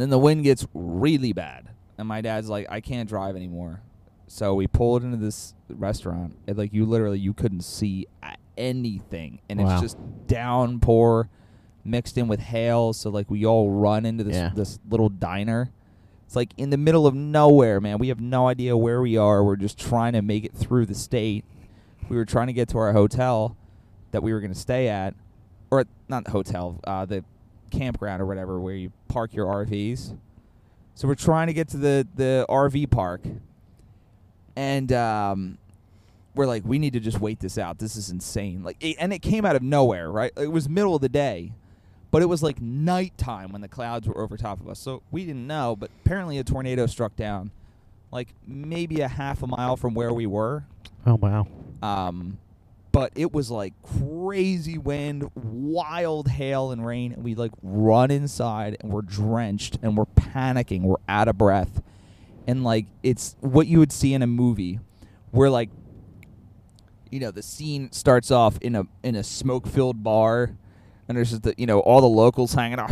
Speaker 3: then the wind gets really bad. And my dad's like, I can't drive anymore. So we pulled into this restaurant. And like you literally you couldn't see a- anything. And
Speaker 2: Wow.
Speaker 3: it's just downpour mixed in with hail. So like we all run into this
Speaker 2: Yeah.
Speaker 3: this little diner. It's like in the middle of nowhere, man. We have no idea where we are. We're just trying to make it through the state. We were trying to get to our hotel that we were going to stay at, or at- not the hotel, uh, the campground or whatever where you park your RVs. So we're trying to get to the the RV park, and um, we're like, we need to just wait this out. This is insane. Like, it, and it came out of nowhere, right? It was middle of the day, but it was like nighttime when the clouds were over top of us. So we didn't know, but apparently a tornado struck down, like maybe a half a mile from where we were.
Speaker 2: Oh wow.
Speaker 3: Um, but it was like crazy wind, wild hail and rain, and we like run inside and we're drenched and we're panicking, we're out of breath, and like it's what you would see in a movie, where like, you know, the scene starts off in a in a smoke filled bar, and there's just the you know all the locals hanging out,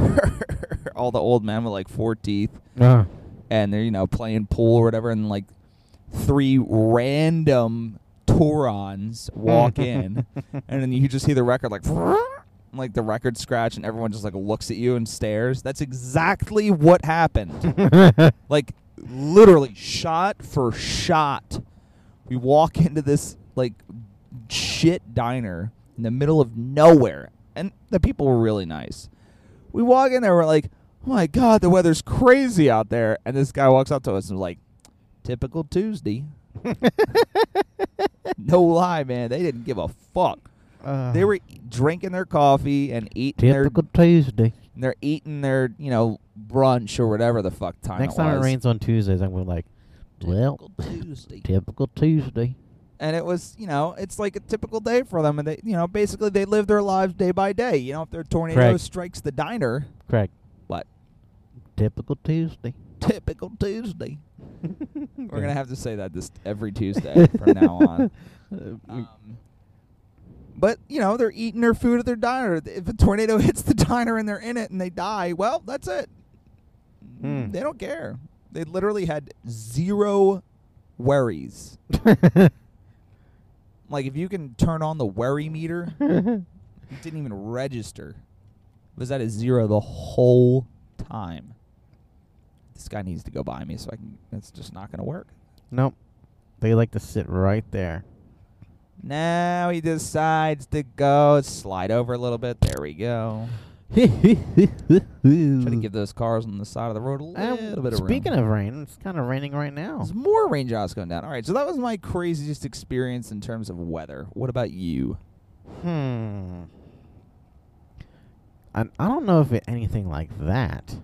Speaker 3: all the old men with like four teeth,
Speaker 2: Uh,
Speaker 3: and they're you know playing pool or whatever, and like three random Torons walk in, and then you just hear the record like like the record scratch, and everyone just like looks at you and stares. That's exactly what happened.
Speaker 2: Ah.
Speaker 3: like literally shot for shot, we walk into this like shit diner in the middle of nowhere, and the people were really nice. We walk in there, we're like, oh my god, the weather's crazy out there. And this guy walks up to us and was like, typical Tuesday. no lie, man. They didn't give a fuck.
Speaker 2: uh,
Speaker 3: They were e, drinking their coffee and eating their
Speaker 2: typical Tuesday.
Speaker 3: and they're eating their, you know, brunch or whatever the fuck time.
Speaker 2: Next time
Speaker 3: was.
Speaker 2: it rains on Tuesdays, I'm gonna be like, well,
Speaker 4: Tuesday.
Speaker 2: typical Tuesday.
Speaker 3: and it was you know it's like a typical day for them and they you know basically they live their lives day by day you know if their tornado
Speaker 2: Correct.
Speaker 3: strikes the diner
Speaker 2: Craig,
Speaker 3: what
Speaker 2: typical Tuesday.
Speaker 3: typical tuesday we're gonna have to say that this every tuesday from now on um, but you know they're eating their food at their diner if a tornado hits the diner and they're in it and they die well that's it
Speaker 2: Hmm.
Speaker 3: they don't care they literally had zero worries like if you can turn on the worry meter It didn't even register. It was at a zero the whole time. This guy needs to go by me, so I can. That's just not gonna work.
Speaker 2: nope, they like to sit right there.
Speaker 3: Now he decides to go slide over a little bit. There we go.
Speaker 2: Try
Speaker 3: Try to give those cars on the side of the road a little bit of room.
Speaker 2: Hmm. Um, Speaking of rain, it's kind of raining right now.
Speaker 3: There's more raindrops going down. All right, so that was my craziest experience in terms of weather. What about you?
Speaker 2: Hmm. I I don't know if it, anything like that.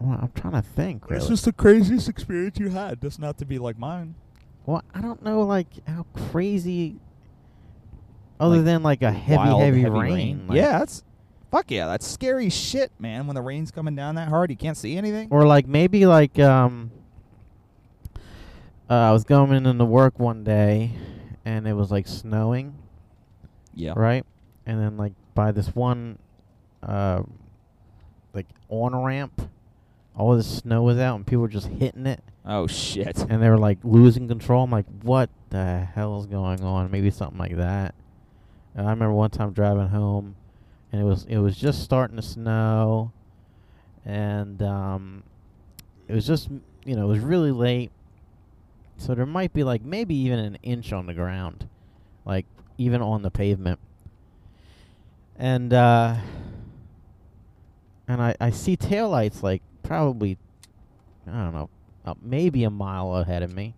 Speaker 2: Well, I'm trying to think. Really.
Speaker 3: the craziest experience you had. That's not to be like mine.
Speaker 2: Well, I don't know, like how crazy. Other
Speaker 3: Like,
Speaker 2: than like a heavy,
Speaker 3: wild,
Speaker 2: heavy,
Speaker 3: heavy
Speaker 2: rain. like-
Speaker 3: yeah, that's fuck yeah, that's scary shit, man. When the rain's coming down that hard, you can't see anything.
Speaker 2: Or like maybe like um. Uh, I was going into work one day, and it was like snowing,
Speaker 3: yeah,
Speaker 2: right? And then like by this one, uh, like on ramp, all this snow was out and people were just hitting it
Speaker 3: Oh shit.
Speaker 2: and they were like losing control. I'm like, what the hell is going on? Maybe something like that. And I remember one time driving home, and it was it was just starting to snow, and um, it was just you know it was really late, so there might be like maybe even an inch on the ground, like even on the pavement. And uh, and I I see taillights like probably I don't know uh, maybe a mile ahead of me.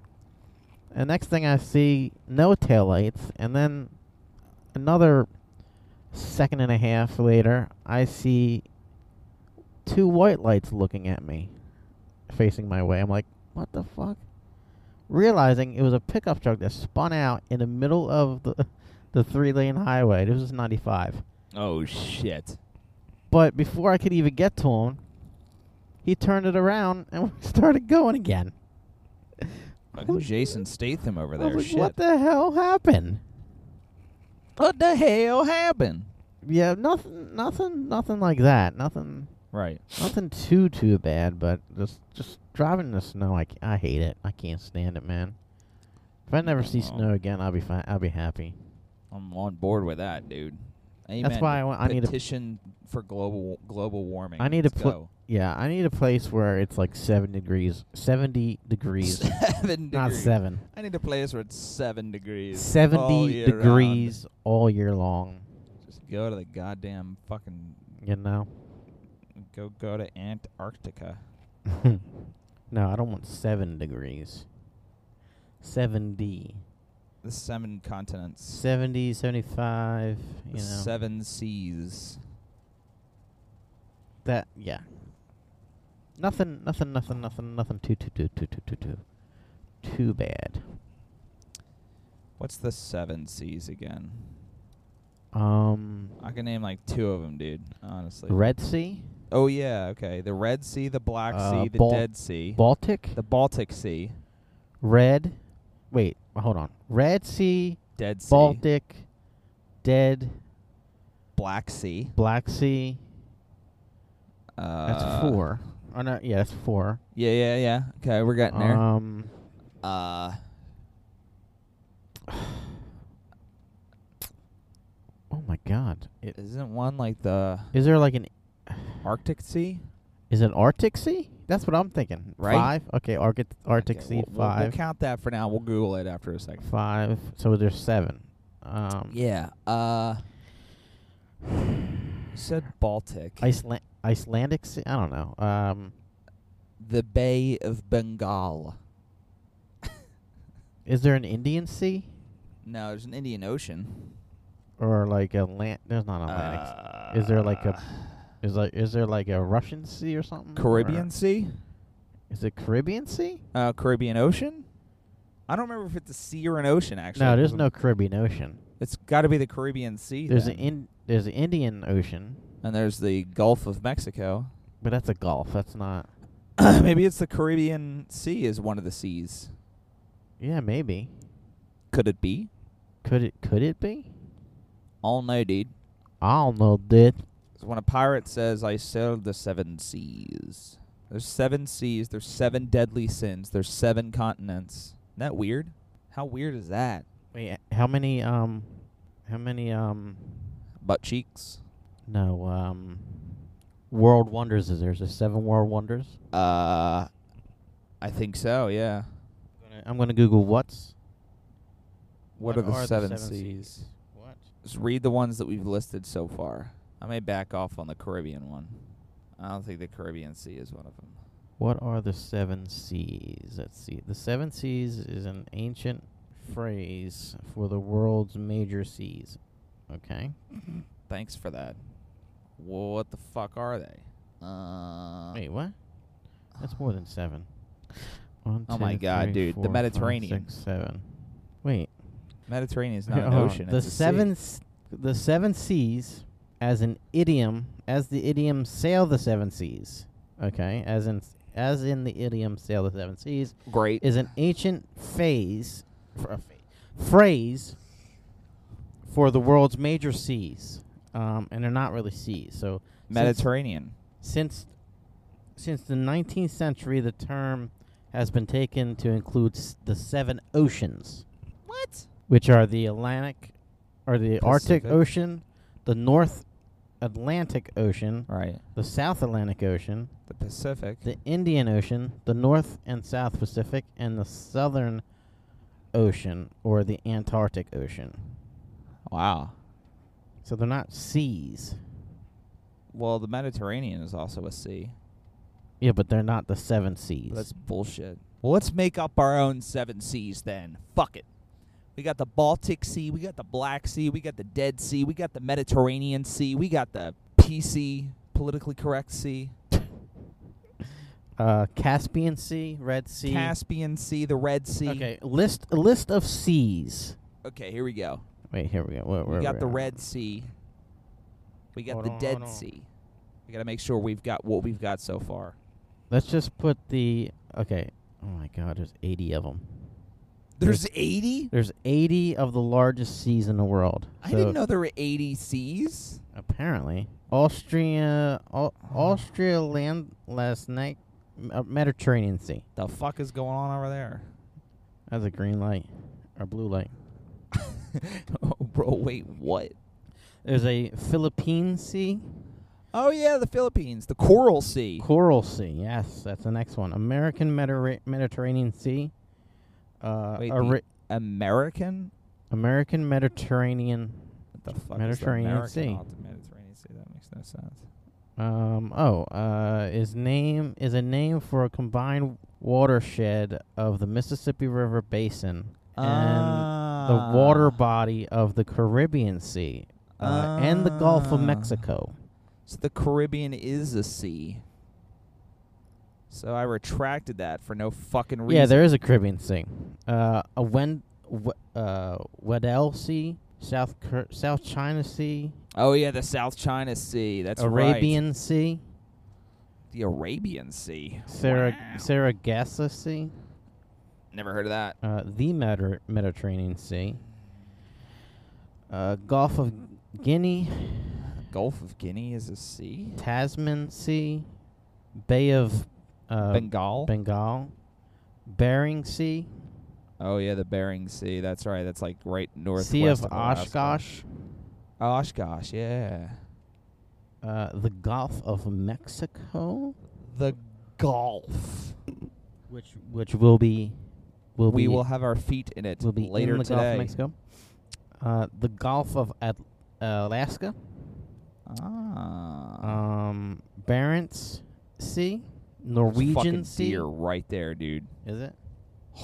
Speaker 2: And next thing I see, no taillights. And then another second and a half later, I see two white lights looking at me, facing my way. I'm like, what the fuck? Realizing it was a pickup truck that spun out in the middle of the, the three lane highway. This was 95.
Speaker 3: Oh shit.
Speaker 2: But before I could even get to him, he turned it around and we started going again.
Speaker 3: Fucking Jason Statham over
Speaker 2: I was
Speaker 3: there.
Speaker 2: like,
Speaker 3: shit.
Speaker 2: What the hell happened?
Speaker 3: What the hell happened?
Speaker 2: Yeah, nothing, nothing, nothing like that. Nothing,
Speaker 3: Right.
Speaker 2: nothing too too bad. But just just driving in the snow, I, c- I hate it. I can't stand it, man. If I never see
Speaker 3: Aw.
Speaker 2: snow again, I'll be fine. I'll be happy.
Speaker 3: I'm on board with that, dude. Amen.
Speaker 2: why I wa- I need a-
Speaker 3: petition for global global warming.
Speaker 2: I need to
Speaker 3: Let's
Speaker 2: put-
Speaker 3: go.
Speaker 2: Yeah, I need a place where it's like seven degrees, seventy degrees,
Speaker 3: seven
Speaker 2: not
Speaker 3: degrees.
Speaker 2: seven,
Speaker 3: I need a place where it's seven degrees. all
Speaker 2: seventy
Speaker 3: year round.
Speaker 2: degrees all year long.
Speaker 3: Just go to the goddamn fucking
Speaker 2: You know?
Speaker 3: go go to Antarctica.
Speaker 2: no, I don't want seven degrees. Seventy.
Speaker 3: The seven continents.
Speaker 2: 70, 75, you
Speaker 3: the
Speaker 2: know.
Speaker 3: seven seas.
Speaker 2: That yeah. Nothing, nothing, nothing, nothing, nothing too too too too too too too too bad.
Speaker 3: What's the seven seas again?
Speaker 2: Um,
Speaker 3: I can name like two of them, dude. Honestly.
Speaker 2: Red Sea,
Speaker 3: Oh yeah, okay. The Red Sea, the Black
Speaker 2: Uh,
Speaker 3: Sea, the
Speaker 2: Bal-
Speaker 3: Dead Sea,
Speaker 2: Baltic,
Speaker 3: the Baltic Sea,
Speaker 2: Red. Wait, hold on. Red Sea,
Speaker 3: Dead Sea,
Speaker 2: Baltic, Dead,
Speaker 3: Black Sea.
Speaker 2: Black Sea.
Speaker 3: Uh,
Speaker 2: That's four. Oh no, yeah, that's four.
Speaker 3: Yeah, yeah, yeah. Okay, we're getting there.
Speaker 2: Um,
Speaker 3: Uh,
Speaker 2: oh my God, it,
Speaker 3: isn't one like the
Speaker 2: is there like an?
Speaker 3: Arctic Sea?
Speaker 2: Is it Arctic Sea? That's what I'm thinking.
Speaker 3: Right?
Speaker 2: Five. Okay, Arctic Arctic
Speaker 3: Okay,
Speaker 2: Sea
Speaker 3: we'll- we'll-
Speaker 2: 5
Speaker 3: We'll, count that for now. We'll Google it after a second.
Speaker 2: five. So there's seven. Um,
Speaker 3: Yeah. Uh, you said Baltic.
Speaker 2: Iceland, Icelandic Sea. I don't know. Um,
Speaker 3: the Bay of Bengal.
Speaker 2: is there an Indian Sea
Speaker 3: No, there's an Indian Ocean.
Speaker 2: or like a land? There's not Atlantic. Sea. is there
Speaker 3: Uh,
Speaker 2: like a? Is like is there like a Russian Sea or something?
Speaker 3: Caribbean
Speaker 2: Or
Speaker 3: Sea?
Speaker 2: Is it Caribbean Sea?
Speaker 3: Uh, Caribbean Ocean? I don't remember if it's a sea or an ocean, actually.
Speaker 2: no,
Speaker 3: 'cause
Speaker 2: there's
Speaker 3: I'm-
Speaker 2: no Caribbean Ocean.
Speaker 3: It's got to be the Caribbean Sea.
Speaker 2: There's
Speaker 3: then.
Speaker 2: an in, there's the Indian Ocean,
Speaker 3: and there's the Gulf of Mexico.
Speaker 2: but that's a Gulf. That's not.
Speaker 3: Maybe it's the Caribbean Sea is one of the seas.
Speaker 2: Yeah, maybe.
Speaker 3: Could it be?
Speaker 2: Could it? Could it be?
Speaker 3: All no, dude.
Speaker 2: I don't know, dude.
Speaker 3: 'Cause when a pirate says, "I sailed the seven seas," there's seven seas. There's seven deadly sins. There's seven continents. Isn't that weird? How weird is that?
Speaker 2: Wait, how many? Um, how many? Um,
Speaker 3: Butt cheeks.
Speaker 2: no. Um, world wonders is there? Is there seven world wonders?
Speaker 3: Uh, I think so. Yeah.
Speaker 2: gonna- I'm gonna Google what's.
Speaker 3: What, are, the, seven seas?
Speaker 2: What?
Speaker 3: Just read the ones that we've listed so far. I may back off on the Caribbean one. I don't think the Caribbean Sea is one of them.
Speaker 2: What are the seven seas? Let's see. The seven seas is an ancient phrase for the world's major seas. Okay.
Speaker 3: Thanks for that. What the fuck are they? Uh,
Speaker 2: Wait, what? That's more than seven. One,
Speaker 3: Oh my
Speaker 2: two,
Speaker 3: God,
Speaker 2: three,
Speaker 3: dude, the
Speaker 2: four, five,
Speaker 3: Mediterranean.
Speaker 2: six, seven. Wait.
Speaker 3: Mediterranean is not
Speaker 2: Okay,
Speaker 3: an
Speaker 2: hold on.
Speaker 3: ocean.
Speaker 2: Oh, The
Speaker 3: it's a sea.
Speaker 2: seven, s- the seven seas, as an idiom, as the idiom "sail the seven seas." Okay, as in s- as in the idiom "sail the seven seas"
Speaker 3: Great.
Speaker 2: is an ancient phase, fr- a ph- phrase for the world's major seas, um, and they're not really seas. So since-
Speaker 3: Mediterranean.
Speaker 2: since since the 19th century, the term has been taken to include s- the seven oceans.
Speaker 8: What?
Speaker 2: which are the Atlantic, or the Arctic
Speaker 3: Pacific.
Speaker 2: Ocean, the North Atlantic Ocean,
Speaker 3: Right.
Speaker 2: the South Atlantic Ocean,
Speaker 3: The Pacific.
Speaker 2: the Indian Ocean, the North and South Pacific, and the Southern Ocean, or the Antarctic Ocean.
Speaker 3: wow.
Speaker 2: So they're not seas.
Speaker 3: Well, the Mediterranean is also a sea.
Speaker 2: Yeah, but they're not the seven seas.
Speaker 3: That's bullshit. Well, let's make up our own seven seas then. Fuck it. We got the Baltic Sea, we got the Black Sea, we got the Dead Sea, we got the Mediterranean Sea, we got the PC, politically correct sea,
Speaker 2: uh, Caspian Sea, Red Sea.
Speaker 3: Caspian Sea, the Red Sea.
Speaker 2: Okay, list a list of seas.
Speaker 3: Okay, here we go.
Speaker 2: Wait, here we go. Where,
Speaker 3: We
Speaker 2: where
Speaker 3: got
Speaker 2: we
Speaker 3: the
Speaker 2: at?
Speaker 3: Red Sea. We got
Speaker 2: Hold
Speaker 3: the
Speaker 2: on,
Speaker 3: Dead
Speaker 2: hold on.
Speaker 3: Sea. We got to make sure we've got what we've got so far.
Speaker 2: Let's just put the okay. Oh my God, there's 80 of them.
Speaker 3: There's 80?
Speaker 2: There's 80 of the largest seas in the world.
Speaker 3: I
Speaker 2: So
Speaker 3: didn't know there were 80 seas.
Speaker 2: Apparently, Austria, Au- Austria land last night, M- uh, Mediterranean Sea.
Speaker 3: The fuck is going on over there?
Speaker 2: That's a green light or blue light.
Speaker 3: oh, bro, wait, what?
Speaker 2: There's a Philippine Sea,
Speaker 3: Oh yeah, the Philippines, the Coral Sea.
Speaker 2: Coral Sea. Yes, that's the next one. American Mediter- Mediterranean Sea. Uh,
Speaker 3: Wait,
Speaker 2: Ara-
Speaker 3: the American?
Speaker 2: American Mediterranean.
Speaker 3: What the fuck
Speaker 2: Mediterranean
Speaker 3: is the American
Speaker 2: Sea.
Speaker 3: Oh, the Mediterranean Sea. That makes no sense.
Speaker 2: Um, oh, uh, is name is a name for a combined watershed of the Mississippi River Basin and the water
Speaker 3: Ah.
Speaker 2: body of the Caribbean Sea uh, and the Gulf of
Speaker 3: Ah.
Speaker 2: Mexico.
Speaker 3: So the Caribbean is a sea. So I retracted that for no fucking reason.
Speaker 2: Yeah, there is a Caribbean Sea. Uh, a Wen, w- uh, Weddell Sea, South Cur- South China Sea,
Speaker 3: Oh yeah, the South China Sea. That's right.
Speaker 2: Arabian Sea,
Speaker 3: The Arabian Sea.
Speaker 2: Sarag-
Speaker 3: Wow.
Speaker 2: Sargasso Sea,
Speaker 3: Never heard of that.
Speaker 2: uh, the Mediter- Mediterranean Sea, uh, Gulf of Guinea,
Speaker 3: Gulf of Guinea is a sea.
Speaker 2: Tasman Sea, Bay of uh,
Speaker 3: Bengal.
Speaker 2: Bengal, Bering Sea,
Speaker 3: Oh yeah, the Bering Sea. That's right. That's like right northwest
Speaker 2: Sea of
Speaker 3: Alaska.
Speaker 2: Oshkosh,
Speaker 3: Oshkosh, yeah.
Speaker 2: uh, the Gulf of Mexico,
Speaker 3: The Gulf.
Speaker 2: which which will be will
Speaker 3: we
Speaker 2: be
Speaker 3: will have our feet in it
Speaker 2: will be
Speaker 3: later
Speaker 2: in the Gulf
Speaker 3: today.
Speaker 2: of Mexico, uh, the Gulf of At- Alaska,
Speaker 3: Ah,
Speaker 2: um, Barents
Speaker 3: There's a
Speaker 2: Sea,
Speaker 3: fucking
Speaker 2: Norwegian Sea.
Speaker 3: deer right there, dude.
Speaker 2: Is it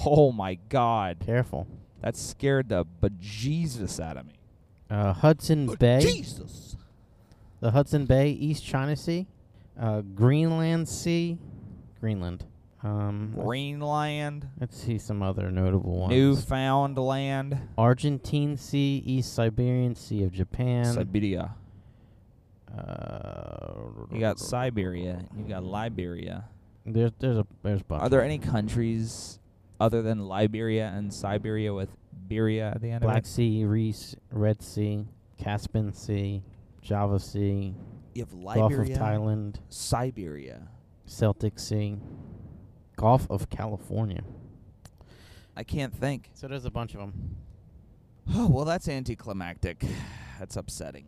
Speaker 3: Oh my god,
Speaker 2: careful?
Speaker 3: that scared the bejesus out of me.
Speaker 2: Uh, Hudson
Speaker 5: But
Speaker 2: Bay,
Speaker 5: Jesus.
Speaker 2: the Hudson Bay, East China Sea, uh, Greenland Sea, Greenland. Um, let's-
Speaker 3: Greenland,
Speaker 2: Let's see some other notable ones.
Speaker 3: Newfoundland,
Speaker 2: Argentine Sea, East Siberian Sea of Japan.
Speaker 3: Siberia.
Speaker 2: uh,
Speaker 3: You got Siberia. You got Liberia.
Speaker 2: There's there's a there's. Buffalo.
Speaker 3: Are there any countries other than Liberia and Siberia with Beria at the end
Speaker 2: Black
Speaker 3: of
Speaker 2: Sea, Reese, Red Sea, Caspian Sea, Java Sea,
Speaker 3: it? You have
Speaker 2: Gulf of Thailand,
Speaker 3: Siberia.
Speaker 2: Celtic Sea, Gulf of California.
Speaker 3: I can't think.
Speaker 2: So there's a bunch of them.
Speaker 3: Oh, well, that's anticlimactic. That's upsetting.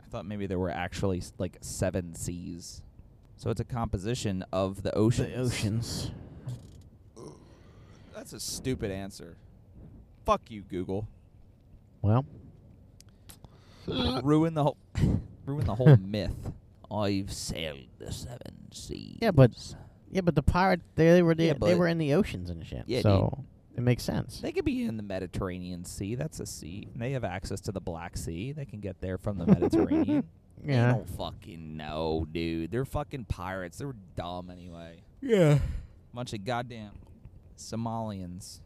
Speaker 3: I thought maybe there were actually s- like seven seas. So it's a composition of the oceans.
Speaker 2: The oceans.
Speaker 3: That's a stupid answer. Fuck you, Google.
Speaker 2: Well,
Speaker 3: ruin the whole, ruin the whole myth. I've sailed the seven seas.
Speaker 2: yeah, but yeah, but the pirates they, they were the,
Speaker 3: Yeah,
Speaker 2: they
Speaker 3: but-
Speaker 2: were in the oceans and shit.
Speaker 3: Yeah, dude.
Speaker 2: so it makes sense.
Speaker 3: They could be in the Mediterranean Sea. That's a sea. And they have access to the Black Sea. They can get there from the Mediterranean. They
Speaker 2: yeah.
Speaker 3: don't fucking know, dude. They're fucking pirates. They were dumb anyway.
Speaker 8: Yeah.
Speaker 3: Bunch of goddamn Somalians,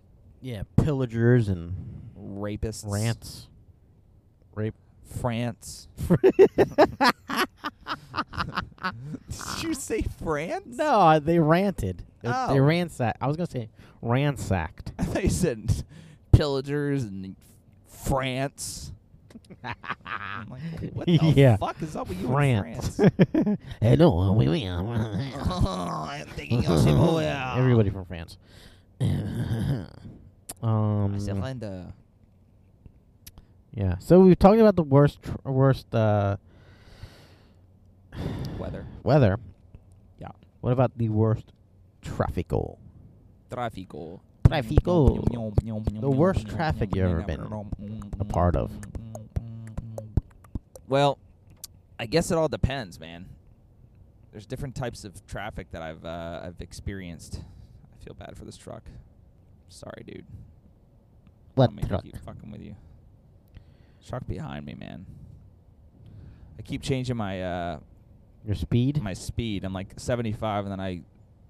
Speaker 2: Yeah, pillagers and
Speaker 3: rapists,
Speaker 2: rants. Rape.
Speaker 3: France. Did you say France?
Speaker 2: No, they ranted. They, they
Speaker 3: Oh.
Speaker 2: ransacked. I was gonna say ransacked.
Speaker 3: I thought you said pillagers and France. I'm like, what the
Speaker 2: Yeah.
Speaker 3: fuck is up with you
Speaker 2: France.
Speaker 3: in France? Oh,
Speaker 2: Hello, oui, oui, uh,
Speaker 4: I'm thinking of Shibuya.
Speaker 2: Everybody from France. um, yeah. So we've talked about the worst, tr- worst uh,
Speaker 3: Weather.
Speaker 2: weather.
Speaker 3: Yeah.
Speaker 2: What about the worst traffico?
Speaker 3: Tráfico.
Speaker 2: Traffico. The worst traffic you've ever been a part of.
Speaker 3: Well, I guess it all depends, man. There's different types of traffic that I've uh, I've experienced. I feel bad for this truck. Sorry, dude.
Speaker 2: What
Speaker 3: I mean,
Speaker 2: truck?
Speaker 3: I keep fucking with you. Truck behind me, man. I keep changing my uh,
Speaker 2: Your speed?
Speaker 3: my speed. I'm like 75, and then I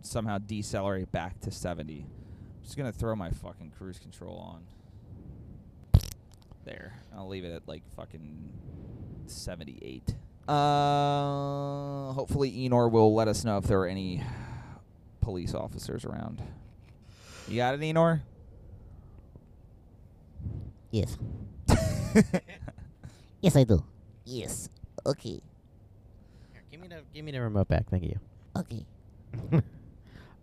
Speaker 3: somehow decelerate back to 70. I'm just gonna throw my fucking cruise control on. There, I'll leave it at like fucking 78. Uh, hopefully Enor will let us know if there are any police officers around. You got it, Enor?
Speaker 7: Yes. Yes, I do. Yes. Okay.
Speaker 2: Give me the give me the remote back. Thank you.
Speaker 7: Okay.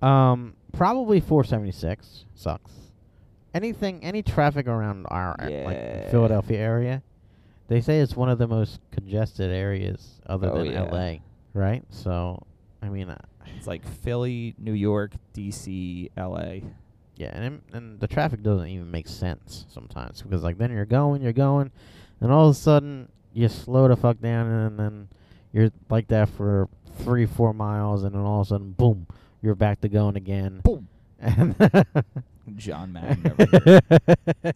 Speaker 2: Um, probably 476 sucks. Anything, any traffic around our ar- like the
Speaker 3: Yeah.
Speaker 2: Philadelphia area, they say it's one of the most congested areas other
Speaker 3: Oh,
Speaker 2: than
Speaker 3: yeah.
Speaker 2: L.A. Right? So, I mean, uh,
Speaker 3: it's like Philly, New York, D.C., L.A.
Speaker 2: yeah, and it- and the traffic doesn't even make sense sometimes because like then you're going, you're going, and all of a sudden you slow the fuck down, and then you're like that for three, four miles, and then all of a sudden, boom, you're back to going again.
Speaker 3: Boom.
Speaker 2: And
Speaker 3: John Madden. over here.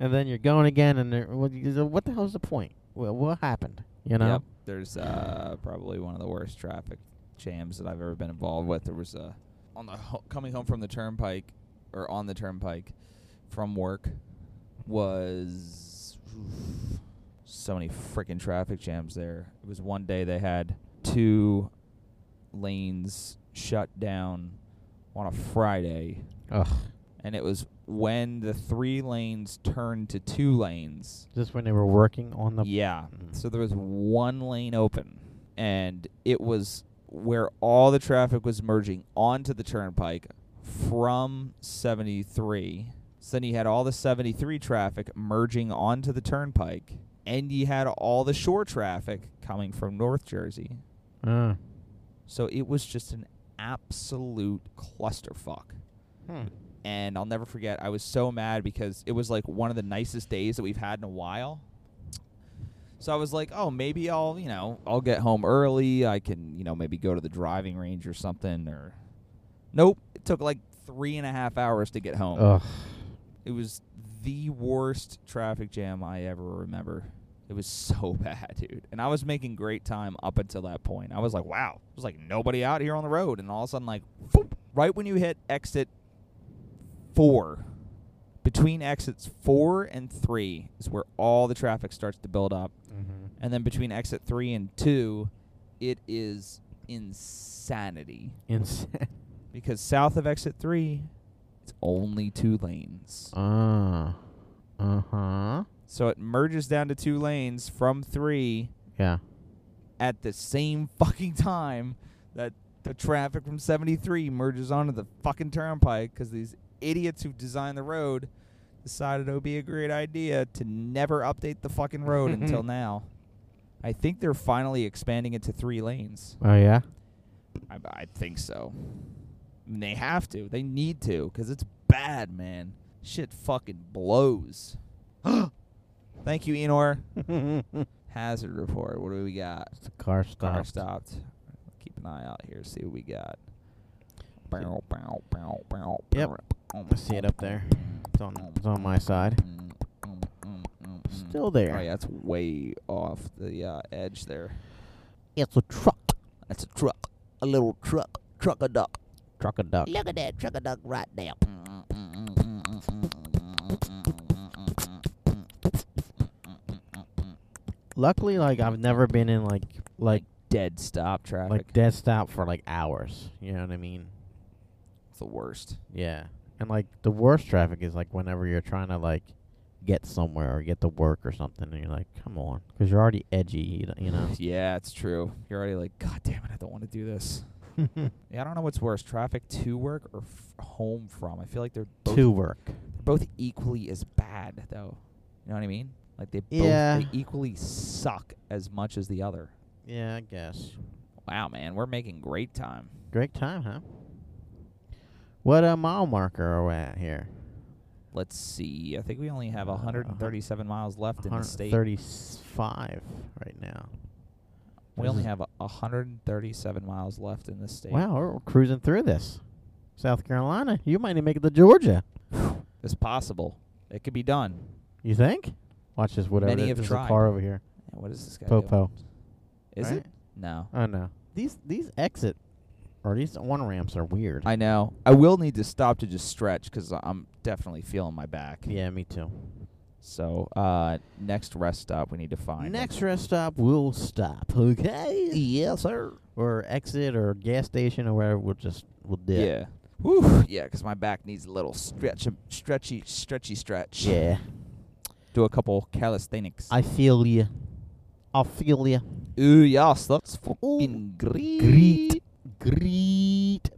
Speaker 2: and then you're going again, and there- what, you- so what the hell's the point? What, what happened? You know?
Speaker 3: Yep. There's uh, probably one of the worst traffic jams that I've ever been involved with. There was a on the ho- coming home from the turnpike or on the turnpike from work was oof, so many freaking traffic jams there. It was one day they had two lanes shut down on a Friday
Speaker 2: Ugh.
Speaker 3: and it was when the three lanes turned to two lanes
Speaker 2: Just when they were working on the.
Speaker 3: yeah.
Speaker 2: Mm.
Speaker 3: So there was one lane open, and it was where all the traffic was merging onto the turnpike from 73. So then you had all the 73 traffic merging onto the turnpike, and you had all the shore traffic coming from North Jersey.
Speaker 2: Uh,
Speaker 3: So it was just an absolute clusterfuck
Speaker 2: hmm.
Speaker 3: and I'll never forget. I was so mad because it was like one of the nicest days that we've had in a while. So I was like, oh, maybe I'll, you know, I'll get home early. I can, you know, maybe go to the driving range or something. Or nope, it took like three and a half hours to get home.
Speaker 2: Ugh.
Speaker 3: It was the worst traffic jam I ever remember. It was so bad, dude. And I was making great time up until that point. I was like, wow, there's like nobody out here on the road. And all of a sudden, like, boop, right when you hit exit four, between exits four and three is where all the traffic starts to build up.
Speaker 2: Mm-hmm.
Speaker 3: And then between exit three and two, it is insanity.
Speaker 2: Insane.
Speaker 3: Because south of exit three, it's only two lanes.
Speaker 2: Uh, uh huh.
Speaker 3: So it merges down to two lanes from three
Speaker 2: Yeah.
Speaker 3: at the same fucking time that the traffic from 73 merges onto the fucking turnpike because these idiots who designed the road decided it would be a great idea to never update the fucking road until now. I think they're finally expanding it to three lanes.
Speaker 2: Oh, yeah?
Speaker 3: I, I think so. I mean, they have to. They need to because it's bad, man. Shit fucking blows. Thank you, Enor.
Speaker 2: it's
Speaker 3: Hazard report. What do we got?
Speaker 2: a car stop.
Speaker 3: Car stopped. Keep an eye out here. See what we got. Bow, bow, bow, bow,
Speaker 2: Yep.
Speaker 3: bow.
Speaker 2: I see it up there. It's on, it's on my side.
Speaker 3: Mm, mm, mm, mm, mm.
Speaker 2: Still there.
Speaker 3: Oh yeah, it's way off the uh, edge there.
Speaker 7: It's a truck.
Speaker 3: That's a truck.
Speaker 7: A little truck. Truck a duck.
Speaker 2: Truck a duck.
Speaker 7: Look at that truck a duck right there.
Speaker 2: Luckily, like, I've never been in, like, like,
Speaker 3: Dead stop traffic.
Speaker 2: like dead stop for, like, hours. You know what I mean?
Speaker 3: It's the worst.
Speaker 2: Yeah. And like the worst traffic is like whenever you're trying to like get somewhere or get to work or something, and you're like, come on, because you're already edgy, you d- you know.
Speaker 3: yeah, it's true. You're already like, God damn it, I don't want to do this. Yeah, I don't know what's worse, traffic to work or f- home from. I feel like they're both
Speaker 2: to work.
Speaker 3: they're both equally as bad, though. You know what I mean? Like they
Speaker 2: Yeah.
Speaker 3: both they equally suck as much as the other.
Speaker 2: Yeah, I guess.
Speaker 3: Wow, man, we're making great time.
Speaker 2: Great time, huh? What uh, mile marker are we at here?
Speaker 3: Let's see. I think we only have
Speaker 2: Uh, a hun-
Speaker 3: 137 miles left in the state.
Speaker 2: 135 right now.
Speaker 3: We
Speaker 2: This
Speaker 3: only
Speaker 2: is-
Speaker 3: have a 137 miles left in the state.
Speaker 2: Wow, we're we're cruising through this. South Carolina, you might even make it to Georgia.
Speaker 3: It's possible. It could be done.
Speaker 2: You think? Watch this. Whatever.
Speaker 3: Many
Speaker 2: it is.
Speaker 3: have
Speaker 2: There's
Speaker 3: tried.
Speaker 2: a car over here.
Speaker 3: Yeah, What is this guy doing?
Speaker 2: Popo.
Speaker 3: Is
Speaker 2: right?
Speaker 3: it? No.
Speaker 2: Oh no. These these exit or these one ramps are weird.
Speaker 3: I know. I will need to stop to just stretch because I'm definitely feeling my back.
Speaker 2: yeah, me too.
Speaker 3: So uh, next rest stop we need to find.
Speaker 2: Next rest stop, we'll stop. Okay. Yes, sir. Or exit or gas station or wherever. We'll just we'll
Speaker 3: Yeah.
Speaker 2: dip.
Speaker 3: Woo. Yeah, because my back needs a little stretch, um, stretchy, stretchy stretch.
Speaker 2: Yeah.
Speaker 3: Do a couple calisthenics.
Speaker 2: I feel you. I feel you.
Speaker 3: Ooh, yes, that's
Speaker 2: Ooh,
Speaker 3: fucking great.
Speaker 2: Greet. Greet.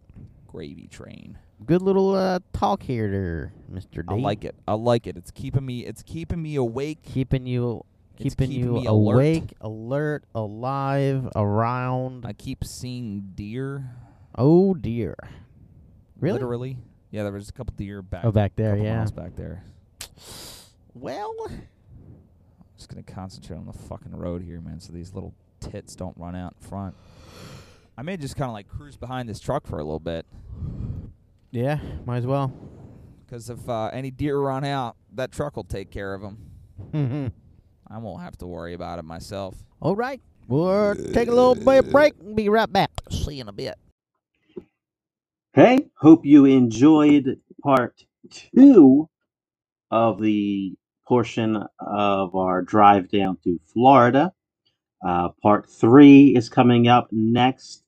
Speaker 3: Gravy train.
Speaker 2: Good little uh, talk here, there, Mister D.
Speaker 3: I like it. I like it. It's keeping me. It's keeping me awake.
Speaker 2: keeping you
Speaker 3: It's
Speaker 2: keeping
Speaker 3: keeping
Speaker 2: you
Speaker 3: me alert.
Speaker 2: awake, alert, alive, around.
Speaker 3: I keep seeing deer.
Speaker 2: oh dear. Really?
Speaker 3: Literally. Yeah, there was a couple deer back.
Speaker 2: Oh, back there,
Speaker 3: couple
Speaker 2: yeah.
Speaker 3: Miles back there.
Speaker 2: Well,
Speaker 3: just gonna concentrate on the fucking road here, man, so these little tits don't run out in front. I may just kind of like cruise behind this truck for a little bit,
Speaker 2: yeah, might as well.
Speaker 3: 'cause if uh, any deer run out, that truck will take care of 'em. I won't have to worry about it myself.
Speaker 2: All right. We'll uh, take a little bit break and be right back.
Speaker 7: See you in a bit.
Speaker 9: Hey, hope you enjoyed part two of the portion of our drive down to Florida. Uh, part three is coming up next.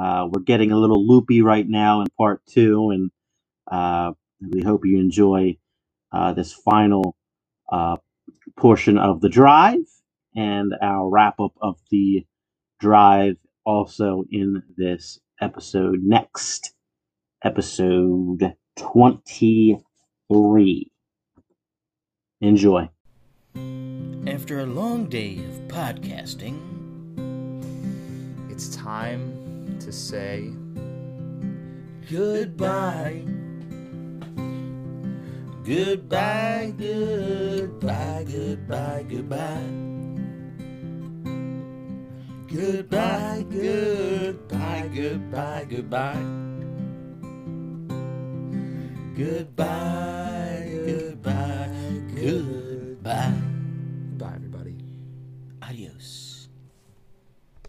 Speaker 9: Uh, we're getting a little loopy right now in part two, and uh, we hope you enjoy uh, this final uh, portion of the drive and our wrap up of the drive also in this episode next episode 23. Enjoy.
Speaker 1: After a long day of podcasting, it's time to say goodbye. Goodbye, goodbye, goodbye, goodbye. Goodbye, goodbye, goodbye, goodbye. Goodbye.